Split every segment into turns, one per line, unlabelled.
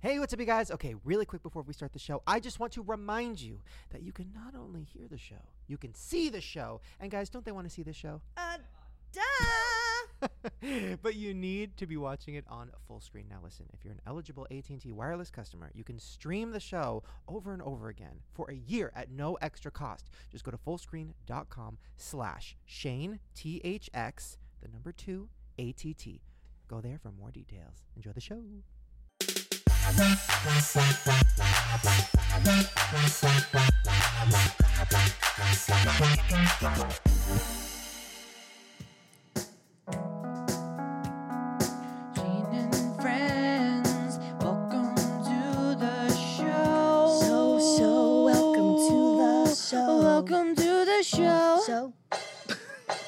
Hey, what's up, you guys? Okay, really quick before we start the show, I just want to remind you that you can not only hear the show, you can see the show. And guys, don't they want to see this show?
Uh, duh.
but you need to be watching it on full screen. Now listen, if you're an eligible AT&T wireless customer, you can stream the show over and over again for a year at no extra cost. Just go to fullscreen.com slash Shane THX, the number two ATT. Go there for more details. Enjoy the show.
Gene and friends, welcome to the show. So, so, welcome to the show. Welcome to the show.
So,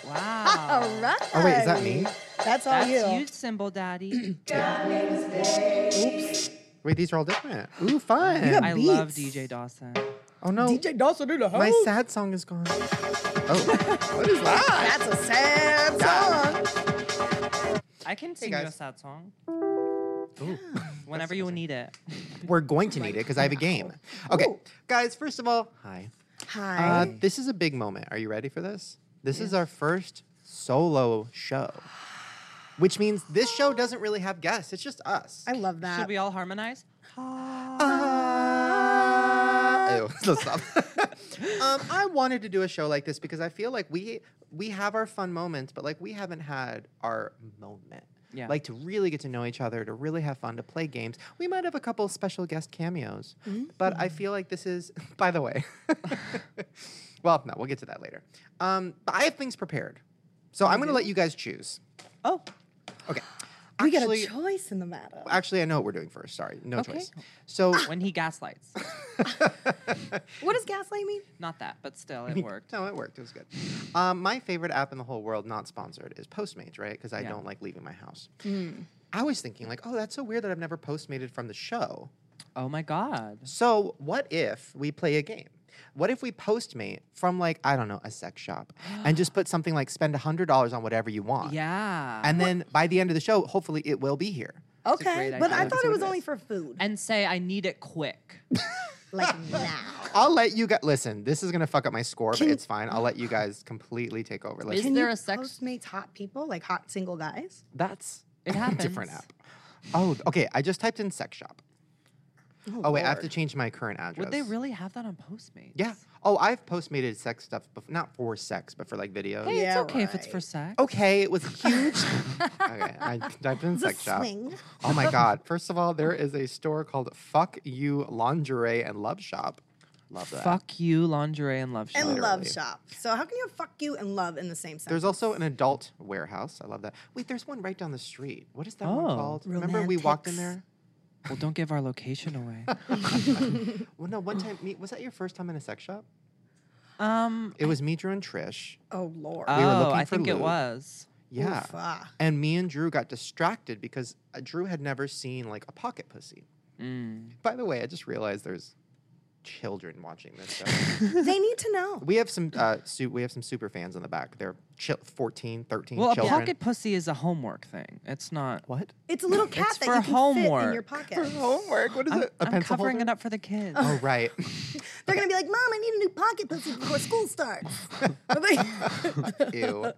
wow.
all right.
Oh, wait, is that me?
That's all
That's
you.
you, Symbol Daddy.
Wait, these are all different. Ooh, fun.
You got-
I love
Beats.
DJ Dawson.
Oh, no.
DJ Dawson in the house.
My sad song is gone. Oh, what is that?
That's a sad song.
I can sing you a
guys.
sad song whenever you need it.
We're going to need it because I have a game. Okay, guys, first of all, hi.
Hi.
Uh, this is a big moment. Are you ready for this? This is our first solo show, which means this show doesn't really have guests. It's just us.
I love that.
Should we all harmonize?
Ah. Ew, let's stop. um, I wanted to do a show like this because I feel like we we have our fun moments, but like we haven't had our moment.
Yeah.
Like to really get to know each other, to really have fun, to play games. We might have a couple special guest cameos,
Mm-hmm.
but I feel like this is. By the way, well, no, we'll get to that later. Um, but I have things prepared, so I'm going to let you guys choose.
Oh,
Okay.
We got
Actually-
a choice in the matter.
Actually, I know what we're doing first. Sorry, no
Okay.
choice. So
when he gaslights.
What does gaslight mean?
Not that, but still, it worked.
No, it worked. It was good. Um, my favorite app in the whole world, not sponsored, is Postmates, right? Because I
Yeah. Mm.
don't like leaving my house. I was thinking, like, oh, that's so weird that I've never postmated from the show.
Oh my God.
So, what if we play a game? What if we postmate from, like, I don't know, a sex shop and just put something like spend $100 on whatever you want?
Yeah.
And then by the end of the show, hopefully it will be here.
Okay,
great
but
idea.
I thought
That's
it
what
was
it
only
is.
for food.
and say, I need it quick.
Like now.
I'll let you guys listen. This is going to fuck up my score, but it's fine. I'll let you guys completely take over. Let's-
Is
Can
there
you
a sex?
Postmates hot people, like hot single guys?
That's
It
a different
happens.
app. Oh, okay. I just typed in sex shop. Oh, wait, I have to
Lord.
change my current address.
Would they really have that on Postmates?
Yeah. Oh, I've postmated sex stuff, bef- not for sex, but for like videos.
Hey,
Yeah,
it's okay if it's for
right.
sex.
Oh, Okay, it was huge. okay, I typed in
The
sex shop.
swing.
Oh my god! First of all, there is a store called Fuck You Lingerie and Love Shop. Love that.
Fuck you, lingerie and love shop.
And love
Literally.
shop. So how can you have fuck you and love in the same sentence?
There's also an adult warehouse. I love that. Wait, there's one right down the street. What is that one
Oh.
called? Remember we walked in there?
Romantics.
well, don't give our location away.
Well, no, one time. Me, was that your first time in a sex shop?
Um.
It was me, Drew, and Trish.
oh lord.
Oh,
were looking
I
for
think it
lube.
was.
Yeah.
Oof, ah.
And me and Drew got distracted because uh, Drew had never seen like a pocket pussy.
Mm.
By the way, I just realized there's children watching this show.
they need to know.
we have some uh, su- we have some super fans in the back. They're chil- 14, 13
Well,
children.
a pocket pussy is a homework thing. It's not.
What?
It's a little cat
It's
that
for
you can fit in your
homework.
For
pocket.
homework. What is
I'm,
it? A
I'm
pencil
covering
holder?
it up for the kids.
Oh right.
They're gonna be like, "Mom, I need a new pocket pussy before school starts." But they-
Ew.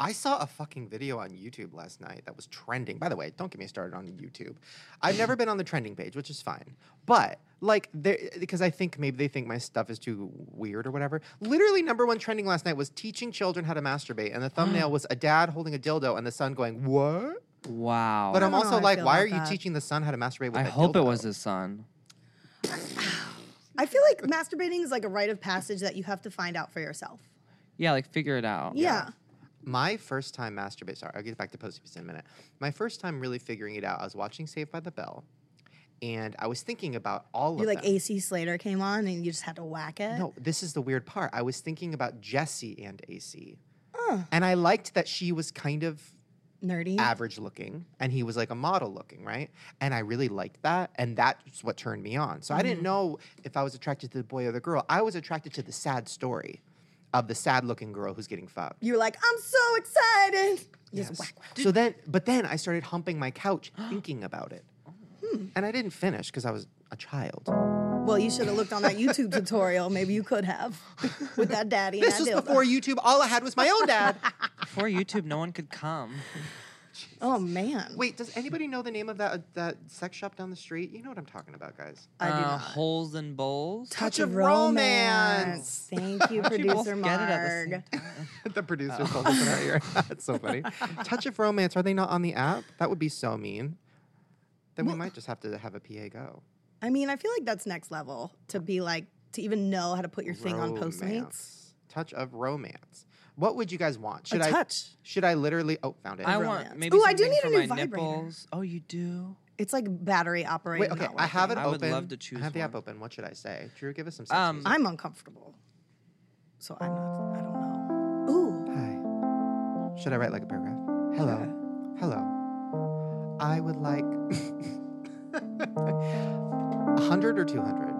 I saw a fucking video on YouTube last night that was trending. By the way, don't get me started on YouTube. I've never been on the trending page, which is fine. But like there because I think maybe they think my stuff is too weird or whatever. Literally number one trending last night was teaching children how to masturbate and the thumbnail was a dad holding a dildo and the son going, "What?"
Wow.
But I'm
don't know
also
how Oh. I
like,
feel
"Why
about
are you
that.
teaching the son how to masturbate with
I
a
hope it
dildo?"
was his son.
I feel like masturbating is like a rite of passage that you have to find out for yourself.
Yeah, like figure it out.
Yeah.
My first time masturbate. Sorry, I'll get back to post in a minute. My first time really figuring it out, I was watching Saved by the Bell, and I was thinking about all
You
of
like
them.
AC Slater came on and you just had to whack it.
No, this is the weird part. I was thinking about Jesse and AC, and I liked that she was kind of
Nerdy.
average looking, and he was like a model looking, right? And I really liked that, and that's what turned me on. So I
Mm-hmm.
didn't know if I was attracted to the boy or the girl. I was attracted to the sad story of the sad looking girl who's getting fucked.
you were like, "I'm so excited." You
Yes.
Just whack.
So then, but then I started humping my couch thinking about it.
Oh.
And I didn't finish because I was a child.
Well, you should have looked on that YouTube tutorial. Maybe you could have with that daddy.
This
and
was
that dildo.
before YouTube. All I had was my own dad.
Before YouTube, no one could come.
Oh man.
Wait, does anybody know the name of that uh, that sex shop down the street? You know what I'm talking about, guys.
I do
Uh,
not.
Holes and bowls.
Touch of romance.
Thank you,
How'd you both
producer
get it at the
Marg.
same time? Oh.
the producer told us about your. That's so funny. Touch of Romance. Are they not on the app? That would be so mean. Then we might just have to have a PA go.
I mean, I feel like that's next level to be like to even know how to put your thing on Postmates.
Romance. Touch of Romance. What would you guys want? Should
a
I
touch.
Should I literally? Oh, found it.
I
romance.
want maybe
Ooh, I do
something
need
for
a new
my
vibrator.
nipples. Oh, you do?
It's like battery operated.
Wait, okay.
not
I have it
working.
I would
open.
love to choose
I have the app
one.
open. What should I say? Drew, give us some. sex
Um,
music.
I'm uncomfortable, so I'm not. I don't know. Ooh,
Hi. Should I write like a paragraph? Hello. Hello. I would like a hundred or two hundred.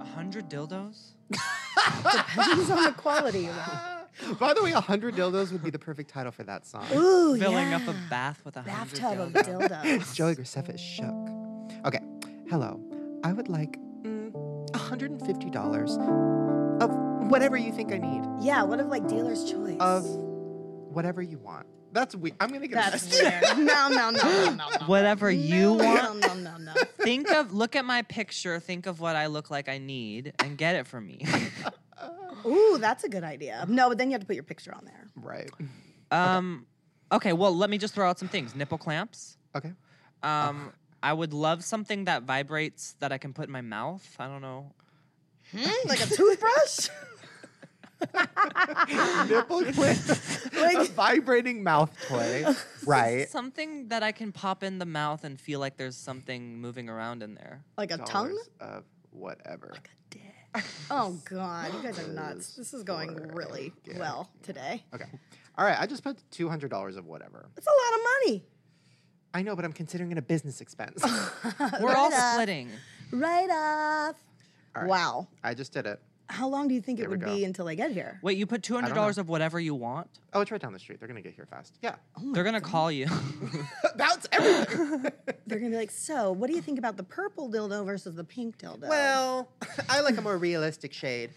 A hundred dildos?
depends on the quality. of it.
By the way, a hundred dildos would be the perfect title for that song.
Ooh,
Filling
yeah.
up a bath with a hundred
bathtub of
dildos.
dildos.
Joey Graceffa is shook. Okay. Hello. I would like mm, a hundred and fifty dollars of whatever you think I need
Yeah, what if like dealer's choice?
of whatever you want. That's weird. I'm gonna get
that's
nasty.
weird. No, no, no, no, no.
Whatever you
no,
want.
No, no, no, no.
Think of, look at my picture, think of what I look like I need, and get it for me.
Ooh, that's a good idea. No, but then you have to put your picture on there.
Right.
Um, okay. well, let me just throw out some things. Nipple clamps.
Okay.
Um, I would love something that vibrates that I can put in my mouth. I don't know.
Hmm? Like a toothbrush?
Nipple clamp. a vibrating mouth toy. Right.
Something that I can pop in the mouth and feel like there's something moving around in there.
Like a tongue?
dollars of whatever.
Oh god, you guys are nuts. This is going
Or-
really
yeah.
well today.
Okay. All right. I just put two hundred dollars of whatever.
That's a lot of money.
I know, but I'm considering it a business expense.
We're all
Right up.
splitting.
Right off.
All right.
Wow.
I just did it.
How long do you think
There
it
we
would
go.
be until they get here?
Wait, you put two hundred dollars of whatever you want.
Oh, it's right down the street. They're gonna get here fast. Yeah.
Oh
They're gonna call you.
That's everything.
They're gonna be like, so what do you think about the purple dildo versus the pink dildo?
well, I like a more realistic shade.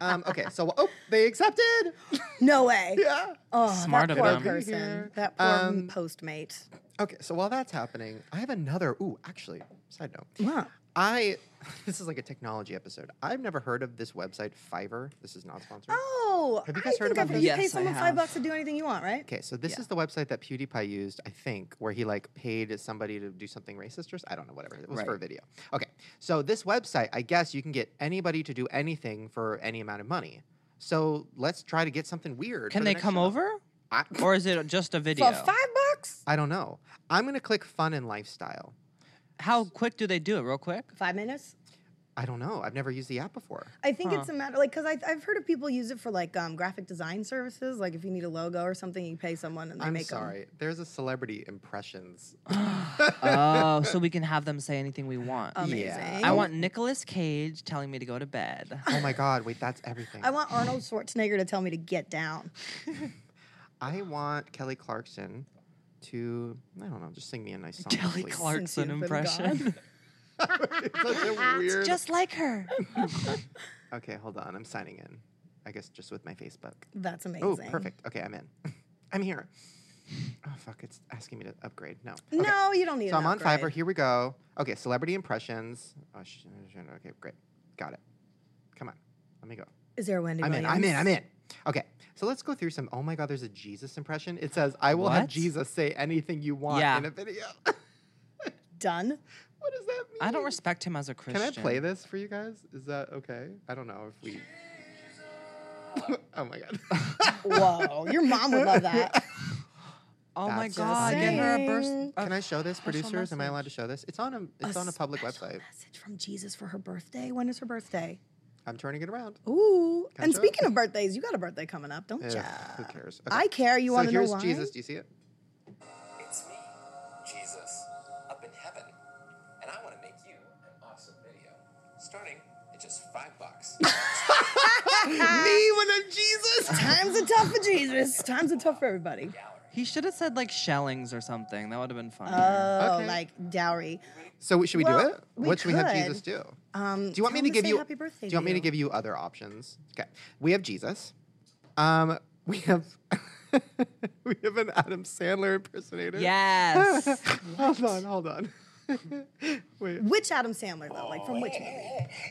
um, okay. So, oh, they accepted.
no way.
yeah.
Oh,
Smart
that
of
poor
them.
person.
Here.
That poor
Um,
postmate.
Okay. So while that's happening, I have another. Ooh, actually, side note.
Wow.
I. This is like a technology episode. I've never heard of this website Fiverr. This is not sponsored.
Oh,
Have you
I
guys heard
think
about
I've-
this?
You pay
Yes, I
someone five
have.
bucks to do anything you want, right?
Okay, so this is the website that PewDiePie used, I think, where he like paid somebody to do something racist or s- I don't know, whatever. It was for a
Right.
video. Okay, so this website, I guess you can get anybody to do anything for any amount of money. So let's try to get something weird. for
Can
the
they
next
come
show.
over,
I,
or is it just a video?
For five bucks?
I don't know. I'm gonna click fun and lifestyle.
How quick do they do it? Real quick.
Five minutes?
I don't know. I've never used the app before.
I think it's a matter like because I've heard of people use it for like um, graphic design services. Like if you need a logo or something, you pay someone and they
I'm
make 'em.
sorry. There's a celebrity impressions.
oh, so we can have them say anything we want.
Amazing.
Yeah.
I want Nicolas Cage telling me to go to bed.
Oh my god, wait, that's everything.
I want Arnold Schwarzenegger to tell me to get down.
I want Kelly Clarkson to I don't know, just sing me a nice song.
Kelly
please.
Clarkson
Since you've been
impression.
It's such a weird
Just like her.
Okay, hold on. I'm signing in. I guess just with my Facebook.
That's
Oh,
amazing.
perfect. Okay, I'm in. I'm here. Oh fuck, it's asking me to upgrade. No. Okay.
No, you don't need.
So
an
I'm on
upgrade.
Fiverr. Here we go. Okay, celebrity impressions. Oh, sh- sh- okay, great. Got it. Come on. Let me go.
Is there a Wendy?
I'm in. I'm in.
Williams?
I'm in. Okay. So let's go through some. Oh my God, there's a Jesus impression. It says, I will have
What?
Jesus say anything you want
Yeah.
in a video. what
Done.
does that mean?
I don't respect him as a
Can
Christian.
I play this for you guys? Is that okay? I don't know if we. oh my God.
Whoa, your mom would love that.
Oh my
That's
god, get her a burst.
insane.
a-
Can I show this,
special
producers? Am I allowed to show this? It's on a it's on a public
special
website.
Message from Jesus for her birthday. When is her birthday?
I'm turning it around.
Ooh.
Catch
and
up.
speaking of birthdays, you got a birthday coming up, don't
Ugh,
ya?
who cares? Okay.
I care. You
so
want to know
here's
why?
Jesus. Do you see it?
It's me, Jesus, up in heaven, and I want to make you an awesome video, starting at just five bucks.
Me when I'm Jesus.
Times are tough for Jesus. Times are tough for everybody.
Gallery.
He should have said like shellings or something. That would have been fun.
Oh,
Okay.
like dowry.
So should we
Well,
do it?
we
what should we have
could.
Jesus do?
Um,
Do you want me
tell
to
him
give
say
you?
happy birthday?
do you want me to give you other options? Okay, we have Jesus. Um, we have we have an Adam Sandler impersonator.
Yes.
hold on, hold on. Wait.
Which Adam Sandler though? Like from which movie?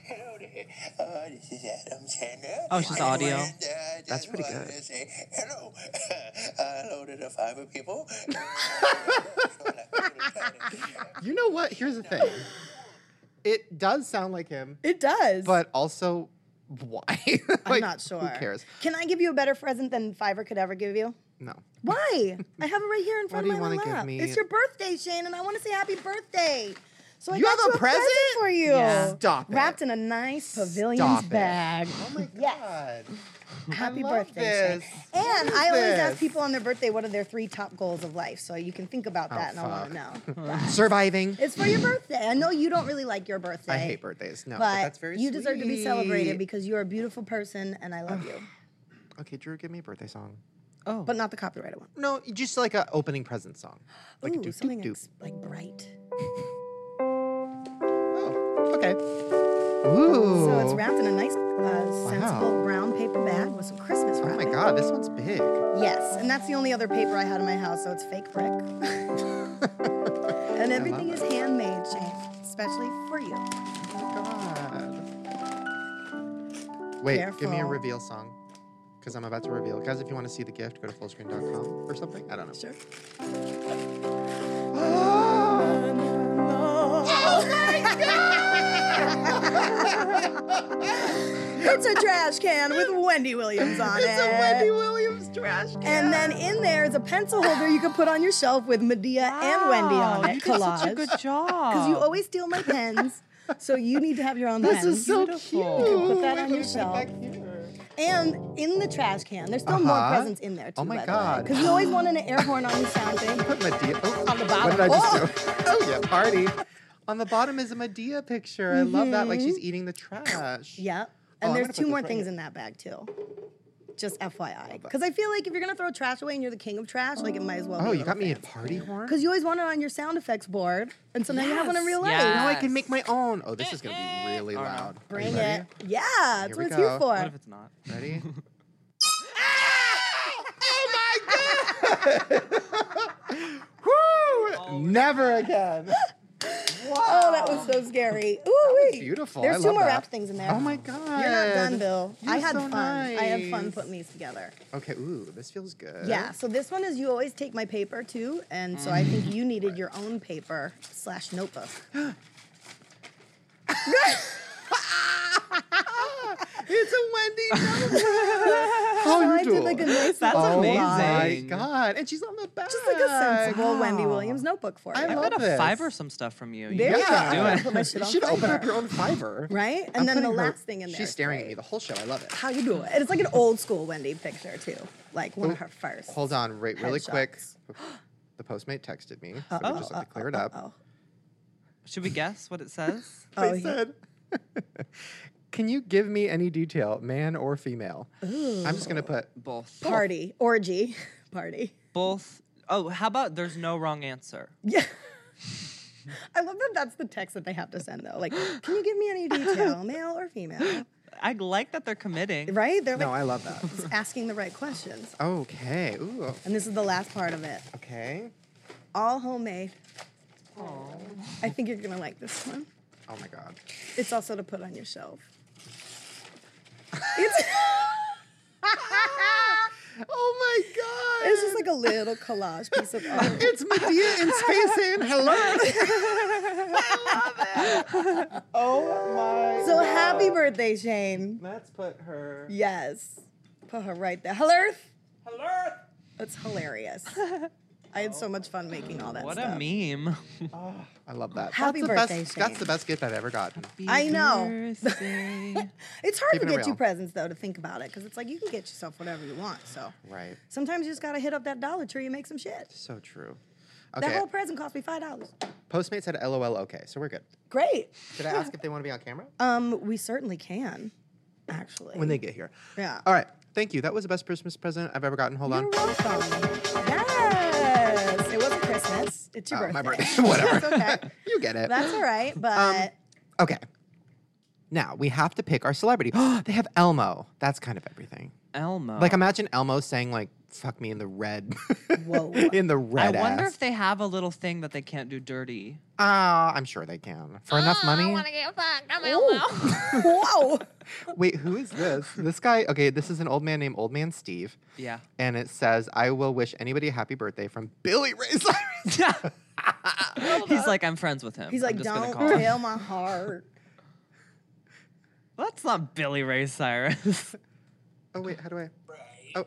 Hello there. Uh,
Oh,
this is Adam Sandler.
Oh, it's just audio.
And, uh, I just
That's pretty
wanted
good.
To say hello. Uh, hello to the five of people. Uh,
You know what? Here's the thing. It does sound like him,
It does.
but also why?
I'm
Like,
not sure.
Who cares?
Can I give you a better present than Fiverr could ever give you?
No.
Why? I have it right here in front
do
of
you
my
wanna
lap.
give me?
It's your birthday, Shane, and I want to say happy birthday. So I
You
got
have
you
a
a present? for you.
Yeah.
Stop it.
Wrapped in a nice pavilion
Stop it.
bag.
Oh my
Yes.
god.
Happy
love
birthday,
this.
Shane. And
What
I
is
always ask
this?
people on their birthday what are their three top goals of life. So you can think about
Oh,
that and I'll let
fuck.
them know.
Surviving.
It's for your birthday. I know you don't really like your birthday.
I hate birthdays. No,
But,
but, that's very
you deserve to be celebrated
sweet.
because you're a beautiful person and I love you.
Okay, Drew, give me a birthday song.
oh.
But not the copyrighted one.
No, just like a opening present song. Like a
Ooh,
doop, doop,
something
doop.
ex- like bright.
Oh, okay. Ooh.
So it's wrapped in a nice, uh, sensible
Wow.
brown paper bag with some Christmas
Oh my
wrapping.
god, this one's big.
Yes, and that's the only other paper I had in my house, so it's fake brick. and everything is
it.
handmade, Shane, especially for you.
God. Wait, give me a
Careful.
reveal song. Because I'm about to reveal. Guys, if you want to see the gift, go to fullscreen.com or something. I don't know.
Sure.
Oh
It's a trash can with Wendy Williams on it.
It's a Wendy Williams trash can.
And then in there is a pencil holder you can put on your shelf with Medea and Wendy on
Wow,
it.
You did such a
Collage.
good job.
Because you always steal my pens, so you need to have your own
This
pens.
is so
Beautiful.
cute.
You can put that
Wait,
on
let me
your
put it
shelf.
back here.
And in the trash can, there's still more
Uh-huh.
presents in there too.
Oh my God.
Because you always want an air horn on your sound thing.
Put Medea. Oh,
On the bottom.
What did I just do? Oh yeah, party. On the bottom is a Medea picture. I love that. Like
Mm-hmm.
she's eating the trash. Oh,
Yep. And
I'm gonna
there's
put
two more
this right
things
here.
in that bag too. Just FYI. Because I feel like if you're gonna throw trash away and you're the king of trash, like it might as well.
Oh, you got me a party horn.
Because you always want it on your sound effects board, and so now you have one in real life.
Yeah.
Now I can make my own. Oh, this is gonna be really loud. Are you
Bring it.
ready?
Yeah, that's
Here
what
we
it's here
go.
for.
Mm-hmm. What if it's not?
Ready? oh my god! Woo! Never again.
Oh, that was so scary. Ooh, wee.
Beautiful. I
There's two
love
more
that.
wrapped things in there.
Oh my god.
You're not done, Bill. I
You're
had
so
fun. I had fun
nice.
putting these together.
Okay. Ooh, this feels good.
Yeah. So this one is you always take my paper too, and so I think you needed your own paper slash notebook.
It's a Wendy. notebook. How
so
you
I did
doing?
like a nice
That's
little
oh my
amazing.
god! And she's on the back.
Just like a sensible Wendy Williams notebook for you.
I
I
love
got to
this.
fiber some stuff from you. You
There
should
you
Yeah.
go. I'm
do
gonna
it.
Put my shit
You
on
should open up
Fiverr.
your own Fiverr.
Right? And
I'm
then the
putting her-
last thing in there.
She's
is
staring at
great.
me the whole show. I love it.
How you doing? And it's like an old school Wendy picture too, like one of her first.
Oh, Hold on, right, really quick. Oh,
Headshots.
The postmate texted me, so we just have to clear it up.
Oh,
Should we guess what it says?
oh,
They
he-
said, "Can you give me any detail, man or female?" I'm just gonna put.
Both.
party orgy party.
Both. Oh, how about there's no wrong answer?
Yeah. I love that that's the text that they have to send though. Like, can you give me any detail, male or female?
I like that they're committing.
Right? They're
No,
like
I love that.
asking the right questions.
okay. Ooh.
And this is the last part of it.
Okay.
All homemade. I think you're gonna like this one.
Oh my god.
It's also to put on your shelf. It's,
Oh my god.
it's just like a little collage piece of art.
It's Medea in space and hello. I love it. Oh my.
So happy birthday, Shane.
Let's put her.
Yes. Put her right there. Hello. Earth. That's hilarious. I had so much fun making all that
What
stuff.
a meme.
Ah, I love that.
Happy
that's the
birthday,
best, That's
Shane.
the best gift I've ever gotten.
I know.
Birthday.
It's hard
Keeping
to
it
get you
real.
presents though to think about it because it's like you can get yourself whatever you want. So
Right.
sometimes you just gotta hit up that Dollar Tree and make some shit.
So true. Okay.
That whole present cost me five dollars.
Postmates had LOL okay, so we're good.
Great.
Should I ask if they want to be on camera?
Um, we certainly can, actually.
when they get here. Uh,
yeah.
All right. Thank you. That was the best Christmas present I've ever gotten. Hold on.
You're welcome. Yes. It's your
Oh,
birthday.
my birthday. Whatever.
That's okay.
you get it.
That's all right, but
okay. Now we have to pick our celebrity. they have Elmo. That's kind of everything.
Elmo.
Like imagine Elmo saying like "fuck me" in the red.
Whoa.
in the
I
red.
wonder
ass.
if they have a little thing that they can't do dirty.
Ah, I'm sure they can for enough money.
whoa.
Wait, who is this? This guy. Okay, this is an old man named Old Man Steve,
Yeah.
and it says, "I will wish anybody a happy birthday from Billy Ray Cyrus."
He's like, I'm friends
Um,
with him.
He's
I'm
like,
just gonna
don't
call him."
kill my heart.
That's not Billy Ray Cyrus.
oh wait, how do I?
Right.
Oh,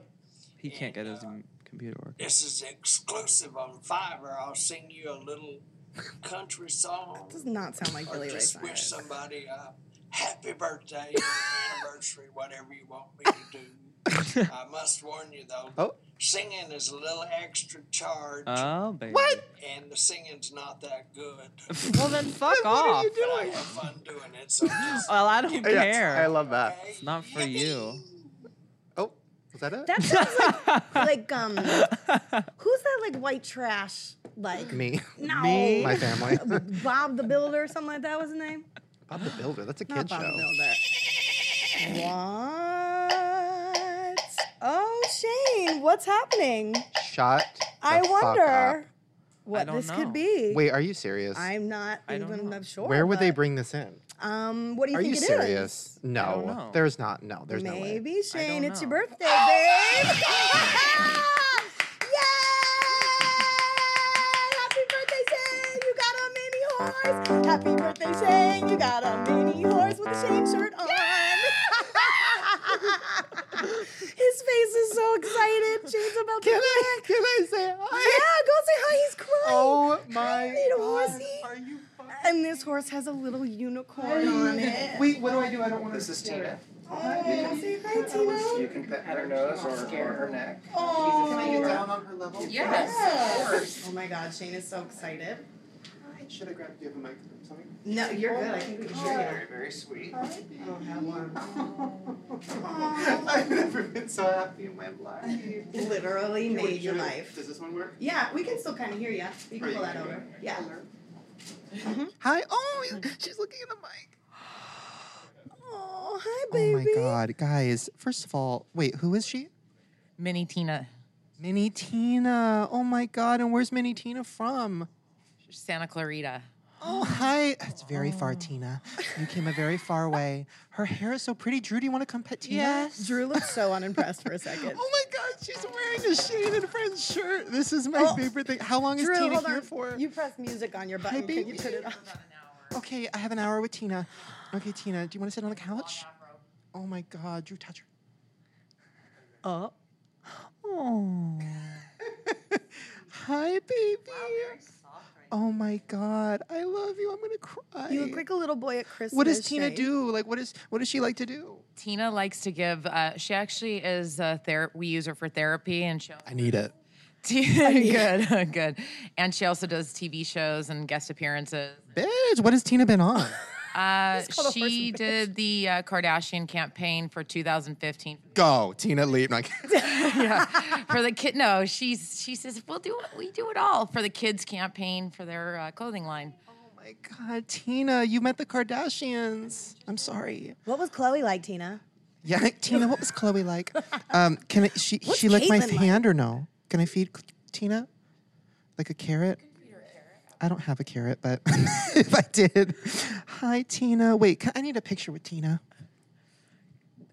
he can't get his m- computer working.
This is exclusive on Fiverr. I'll sing you a little country song.
Does not sound like
or
Billy Ray
just wish
Cyrus.
somebody a happy birthday or anniversary, whatever you want me to do. I must warn you though, that
Oh.
singing is a little extra charge,
Oh, baby. What?
and the singing's not that good.
Well, then fuck off.
But I have fun doing it. So just,
Well, I don't
Oh, yeah,
care.
I love that.
hey,
it's not for you.
Oh, was that it?
That sounds like like um who's that like white trash like
me,
no
Me?
my family.
Bob the Builder or something like that was his name?
Bob the Builder. That's a
Not
kid
Bob the
show.
Builder. What? Oh Shane, what's happening?
Shut. the
I
fuck
wonder
up.
what
I don't
this
know.
could be.
Wait, are you serious?
I'm not
I don't
even
know.
sure.
Where would they
but,
bring this in?
um what do you
Are
think
you
it is?
serious? No,
know.
there's not. No, Oh, there's no way.
Maybe Shane,
don't
it's your
know.
birthday, babe. Happy birthday, Shane! You got a mini horse. Happy birthday, Shane! You got a mini horse with a Shane shirt on. His face is so excited. Shane's about to.
Can I? Can I say hi?
Yeah, go say hi. He's crying.
Oh
I
my
need a
god.
horsey.
Are you
And this horse has a little unicorn on it.
Wait, what do I do? I don't want to. This is
Tina.
Oh, say hi, Tino.
You can pet her nose or, or her neck.
Oh.
Can I get down
on her level?
Yes, of course.
Oh my God, Shane is so excited. Oh,
Should I grab? Do you have a mic or something?
No, you're good. I think we can hear
Very, very sweet.
you. Oh, have one.
I've never been so happy in my life.
Literally made your
Should I-
life.
Does this one work?
Yeah, we can still kind of hear you. You can pull that over. Yeah. Mm-hmm.
Hi. Oh, she's looking at the mic.
Oh, hi,
Oh my
baby.
god, guys! First of all, wait, who is she?
Mini Tina,
Minnie Tina. Oh my god, and where's Minnie Tina from?
Santa Clarita.
Oh, hi. That's very
Oh.
far, Tina. You came a very far way. Her hair is so pretty. Drew, do you want to come pet Tina?
Drew looks so unimpressed for a second.
Oh my God, she's wearing a Shane and Friends shirt. This is my
Oh.
favorite thing. How long is
Drew,
Tina
hold
here
on.
for?
You press music on your button. Can you
baby.
turn it off?
Okay, I have an hour with Tina. Okay, Tina, do you want to sit on the couch? Oh my God, Drew, touch her.
Oh.
Hi, baby. Oh my God, I love you. I'm gonna cry.
You look like a little boy at Christmas.
what does Tina
Shane.
do? Like, what is what does she like to do?
Tina likes to give. Uh, she actually is a ther- We use her for therapy, and she.
I need it.
good, good. And she also does TV shows and guest appearances.
Bitch, what has Tina been on?
Uh,
called a horse
she
and bitch.
did the uh, Kardashian campaign for 2015
Go, Tina, leave. Like,
for the kid. No, she's she says we'll do it. We do it all for the kids campaign for their uh, clothing line.
oh my God, Tina, you met the Kardashians. I'm sorry.
What was Chloe like, Tina?
Yeah, Tina, what was Chloe like? Um, can I, she
What's
she licked my
Caitlyn like?
hand or no? Can I feed Cl- Tina like a carrot? I don't have a carrot, but if I did, hi Tina. Wait, can, I need a picture with Tina.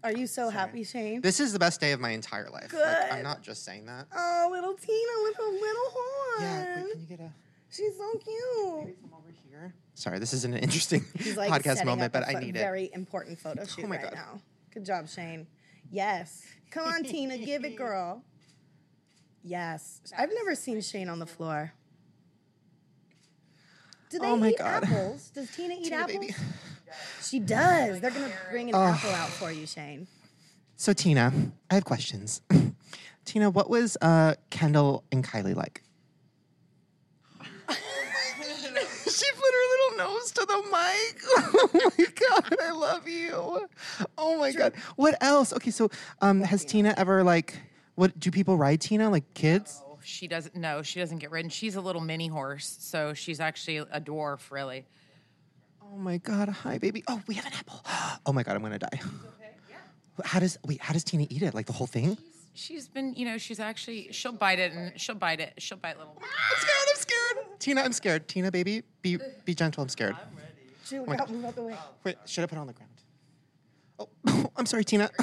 Are you so happy, Shane?
This is the best day of my entire life. Like, I'm
Good.
not just saying that.
Oh, little Tina with a little horn.
Yeah, wait, can you get a
She's so cute.
come over here? Sorry, this isn't an interesting
He's like
podcast
setting
moment,
up a
but I
pho-
need it. Oh
very important photo shoot
my
right
God.
now. Good job, Shane. Yes. Come on, Tina, give it, girl. Yes. I've never seen Shane on the floor. Do they
Oh my
eat
God.
apples? Does Tina eat
Tina,
apples?
baby.
She does. They're gonna bring an apple out for you, Shane.
So Tina, I have questions. Tina, what was uh, Kendall and Kylie like? she put her little nose to the mic. Oh my god, I love you. Oh my god. What else? Okay, so um, has Tina ever like what do people ride Tina like kids?
she doesn't. No, she doesn't get ridden. She's a little mini horse, so she's actually a dwarf, really.
Oh my god, hi baby. Oh, we have an apple. Oh my god, I'm gonna die. How does wait? How does Tina eat it? Like the whole thing?
She's been, you know, she's actually she'll bite it and she'll bite it. She'll bite little.
I'm scared. I'm scared. Tina, I'm scared. Tina, baby, be be gentle. I'm scared. Oh
June, God, move out the way.
Wait, should I put it on the ground? Oh, I'm sorry, Tina.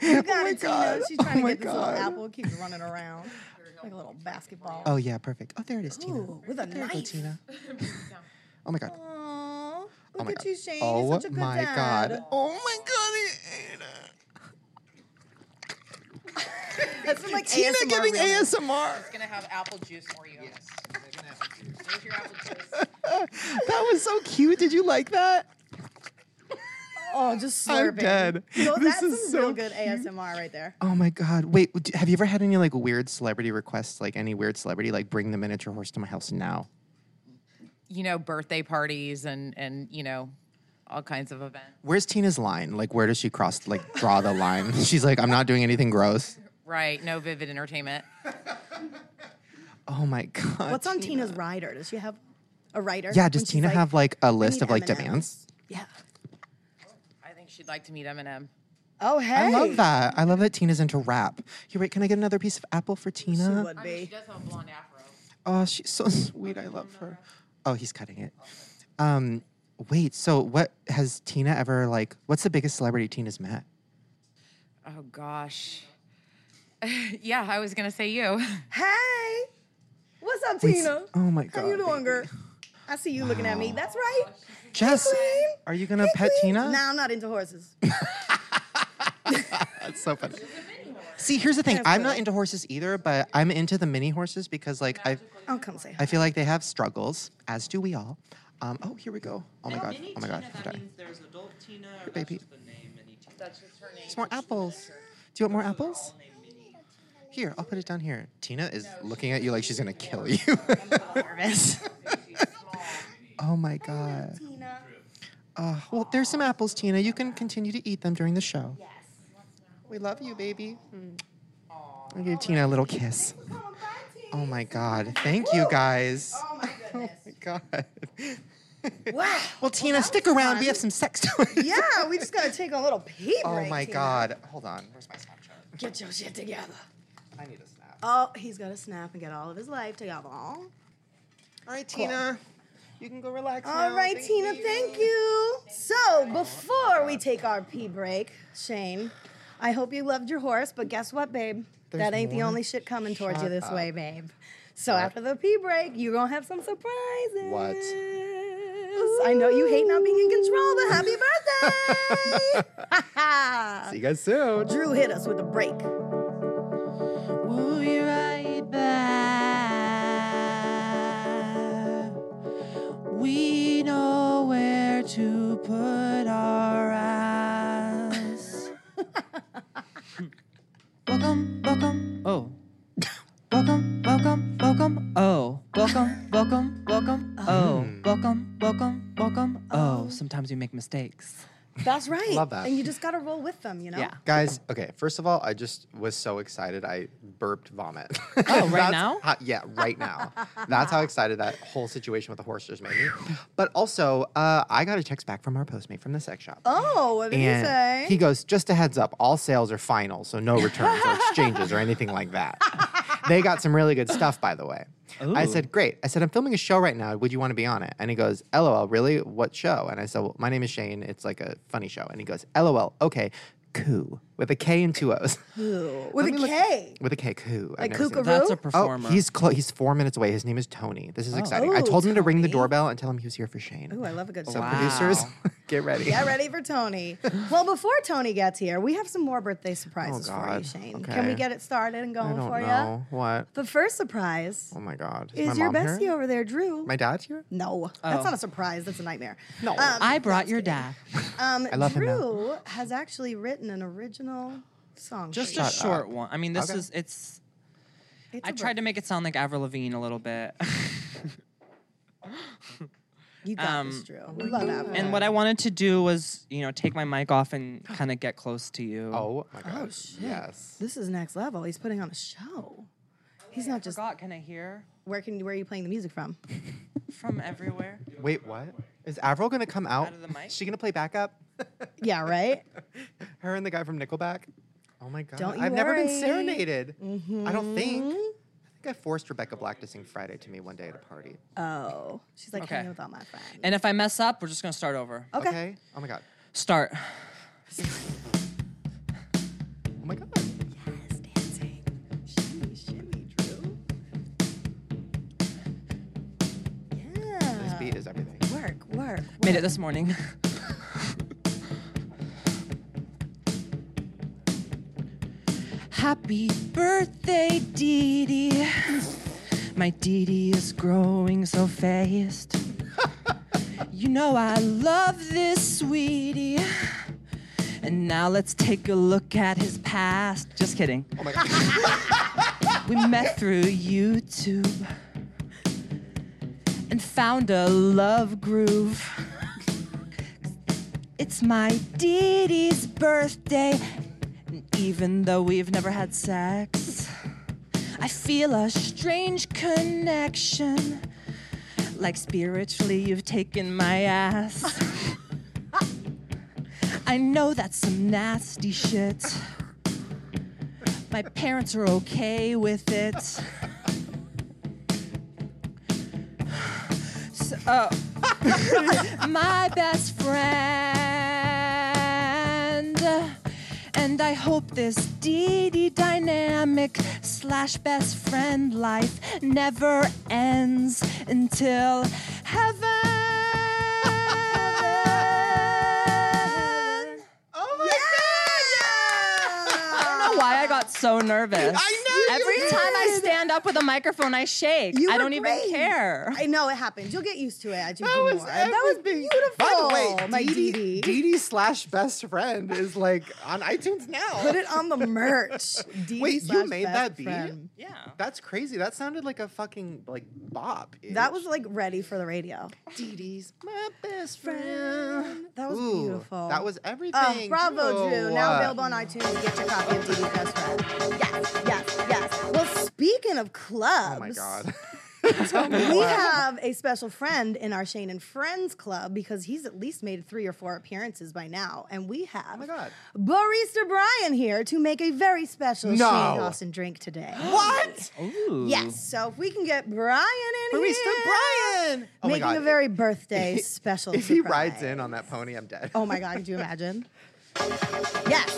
You got
my
it, Tina.
God.
She's
Oh
trying to
my
get this little
God.
apple. It keeps running around like a little basketball.
oh yeah, perfect. Oh, there it is, Tina.
Ooh, with a
There you go,
knife.
Tina. Oh my god.
Aw, look
Oh my
at
god.
you, Shane.
oh
You're such a good
my
dad.
god. Oh my god. I ate it.
That's like
Tina
ASMR
giving
real.
ASMR.
Gonna have apple juice for you. Yes.
That was so cute. Did you like that?
Oh, just slurping.
dead.
So
This
that's
is
some real
so
good ASMR right there.
Oh my god. Wait, d- have you ever had any like weird celebrity requests? Like any weird celebrity, like bring the miniature horse to my house now?
You know, birthday parties and and you know, all kinds of events.
Where's Tina's line? Like, where does she cross? Like, draw the line? She's like, I'm not doing anything gross.
Right. No vivid entertainment.
Oh my god.
What's on Tina's rider? Does she have a rider?
yeah,
when
does
she's
Tina
like,
have like a
"I
list
need
of like
M&Ms?"
demands?
Yeah.
I think she'd like to meet Eminem.
Oh, hey.
I love that. I love that Tina's into rap. Here, wait, can I get another piece of apple for
She
Tina?
would be.
does have a blonde afro.
Oh, she's so sweet. I love her. Oh, he's cutting it. Um, wait. So, what has Tina ever like? What's the biggest celebrity Tina's met?
Oh gosh. yeah, I was gonna say you.
Hey. What's up,
Wait, s-
Tina?
oh my
How you
God,
doing, girl? I see you looking at me. That's right.
Jess, are you gonna pet Tina?
Nah, I'm not into horses.
That's so funny. See, here's the thing. I'm not into horses either, but I'm into the mini horses because, like, I
I'll come say hi.
I feel like they have struggles, as do we all. Um, oh, here we go. Oh my god. Oh my god. I'm dying.
there's adult Tina, or
that's baby. just
the name Mini Tina.
It's more apples. Do you want more apples? Here, I'll put it down here. Tina is looking at you like she's gonna kill you. oh my god.
Tina.
Uh, well, there's some apples, Tina. You can continue to eat them during the show. Yes. We love you, baby.
Mm-hmm.
I'll give Tina a little kiss. Oh my god. Thank you guys.
Oh my goodness.
my god.
Wow.
Well, Tina, stick around. We
fun.
have some sex toys.
Yeah, we just gotta take a little pee
Oh
break,
my
Tina.
god. Hold on. Where's my Snapchat?
Get your shit together.
I need a snap.
Oh, he's gotta snap and get all of his life together. All
All right, Tina. You can go relax. now.
right,
Thank
Tina,
you.
thank you. So before we take our pee break, Shane, I hope you loved your horse, but guess what, babe? that
There's
ain't the
more?
only shit coming towards you
Shut
this
up.
way, babe. So after the pee break, you're gonna have some surprises.
What?
I know you hate not being in control, but happy birthday!
See you guys soon.
Drew hit us with a break.
We'll be right back. We know where to put our eyes. welcome, welcome, oh. Welcome, welcome, welcome, oh. Welcome, welcome, welcome, oh. Welcome, welcome, welcome, oh. Sometimes we make mistakes.
That's right.
Love that.
And you just gotta roll with them, you know?
Yeah.
Guys, okay. First of all, I just was so excited. I burped vomit. Oh,
right now?
yeah, right now. That's how excited that whole situation with the horse just made me. But also, uh, I got a text back from our postmate from the sex shop.
Oh, what did he say?
And he goes, just a heads up, all sales are final, so no returns or exchanges or anything like that. They got some really good stuff, by the way. I
Ooh.
said, great. I said, I'm filming a show right now. Would you want to be on it? And he goes, LOL, really? What show? And I said, well, my name is Shane. It's like a funny show. And he goes, LOL, okay, coo, with a K and two O's.
with a K.
with a K, coo. I've
Like
never seen that.
kookaroo?
That's a
Oh,
performer.
he's clo- he's four minutes away. His name is Tony. This is exciting. I told him to ring the doorbell and tell him he was here for Shane.
Oh, Ooh, I love a good
so
show.
producers, get ready.
Get ready for Tony. well, before Tony gets here, we have some more birthday surprises for you,
Oh, God.
Shane. Can we
Okay.
get it started and
I
going
don't
for you?
know what.
The first surprise
Oh my God.
is
my
your
mom
bestie
here?
over there, Drew.
My dad's here?
no,
Oh.
Oh.
that's not a surprise. That's a nightmare. No,
I brought your dad.
um,
I love him now.
Drew has actually written an original song.
Just
for
a
you.
short one. I mean, this
Okay.
is it's.
It's
I
a
tried to make it sound like Avril Lavigne a little bit.
You got this,
Um,
Drew. We love Avril.
And what I wanted to do was, you know, take my mic off and kind of get close to you.
Oh my god.
Oh shit!
Yes.
This is next level. He's putting on a
Oh,
show. He's not just
forgot. Can I hear
where can where are you playing the music from?
from everywhere?
Wait, what?
Is Avril gonna come out?
Out of the mic?
Is she gonna play backup?
yeah, right.
Her and the guy from Nickelback. Oh my god!
Don't you
I've never been
worry. Mm-hmm.
serenaded. I don't think. I think I forced Rebecca Black to sing "Friday" to me one day at a party.
Oh, she's like
Okay.
hanging with all my friends.
And if I mess up, we're just gonna start over.
okay.
Oh my god.
Start.
Oh my god.
Yes, dancing. Shimmy, shimmy, Drew.
This
Yeah.
beat is everything.
Work, work.
Made it this morning. Happy birthday, Dee Dee. My Dee Dee is growing so fast. you know I love this sweetie. And now let's take a look at his past. Just kidding.
Oh my god.
We met through YouTube and found a love groove. It's my Dee Dee's birthday, and even though we've never had sex, I feel a strange connection. Like spiritually, you've taken my ass. I know that's some nasty shit. My parents are okay with it. So, oh. my best friend. And I hope this DD dynamic slash best friend life never ends until heaven.
Oh my god.
I don't know why I got so nervous.
I know, you
Every
did.
time I stand up with a microphone, I shake.
You
I
were
don't
great.
even care.
I know it happens. You'll get used to it as you
That
do
was
more. That was
everything.
beautiful.
By the way,
my
Dee
Dee
Dee
Dee.
Dee Dee slash best friend is like on iTunes now.
Put it on the merch. Dee Dee
Wait, you
slash
made
best
that beat?
friend.
Yeah.
That's crazy. That sounded like a fucking like bop.
That was like ready for the radio.
Dee Dee's my best friend.
That was
Ooh,
beautiful.
That was everything.
Oh, bravo, Drew. Now
Uh,
available on iTunes. Get your copy of Dee Dee's Best Friend. Yes, yes, yes. Well, speaking of clubs.
Oh my god.
We have a special friend in our Shane and Friends Club because he's at least made three or four appearances by now. And we have
Oh my god.
Barista Brian here to make a very special
No.
Shane Dawson drink today. What? Yes. So if we can get Brian in
Barista
here.
Brian. Oh my
making
god.
a very birthday special
if he
surprise.
rides in on that pony, I'm dead.
Oh my God, could you imagine? Yes.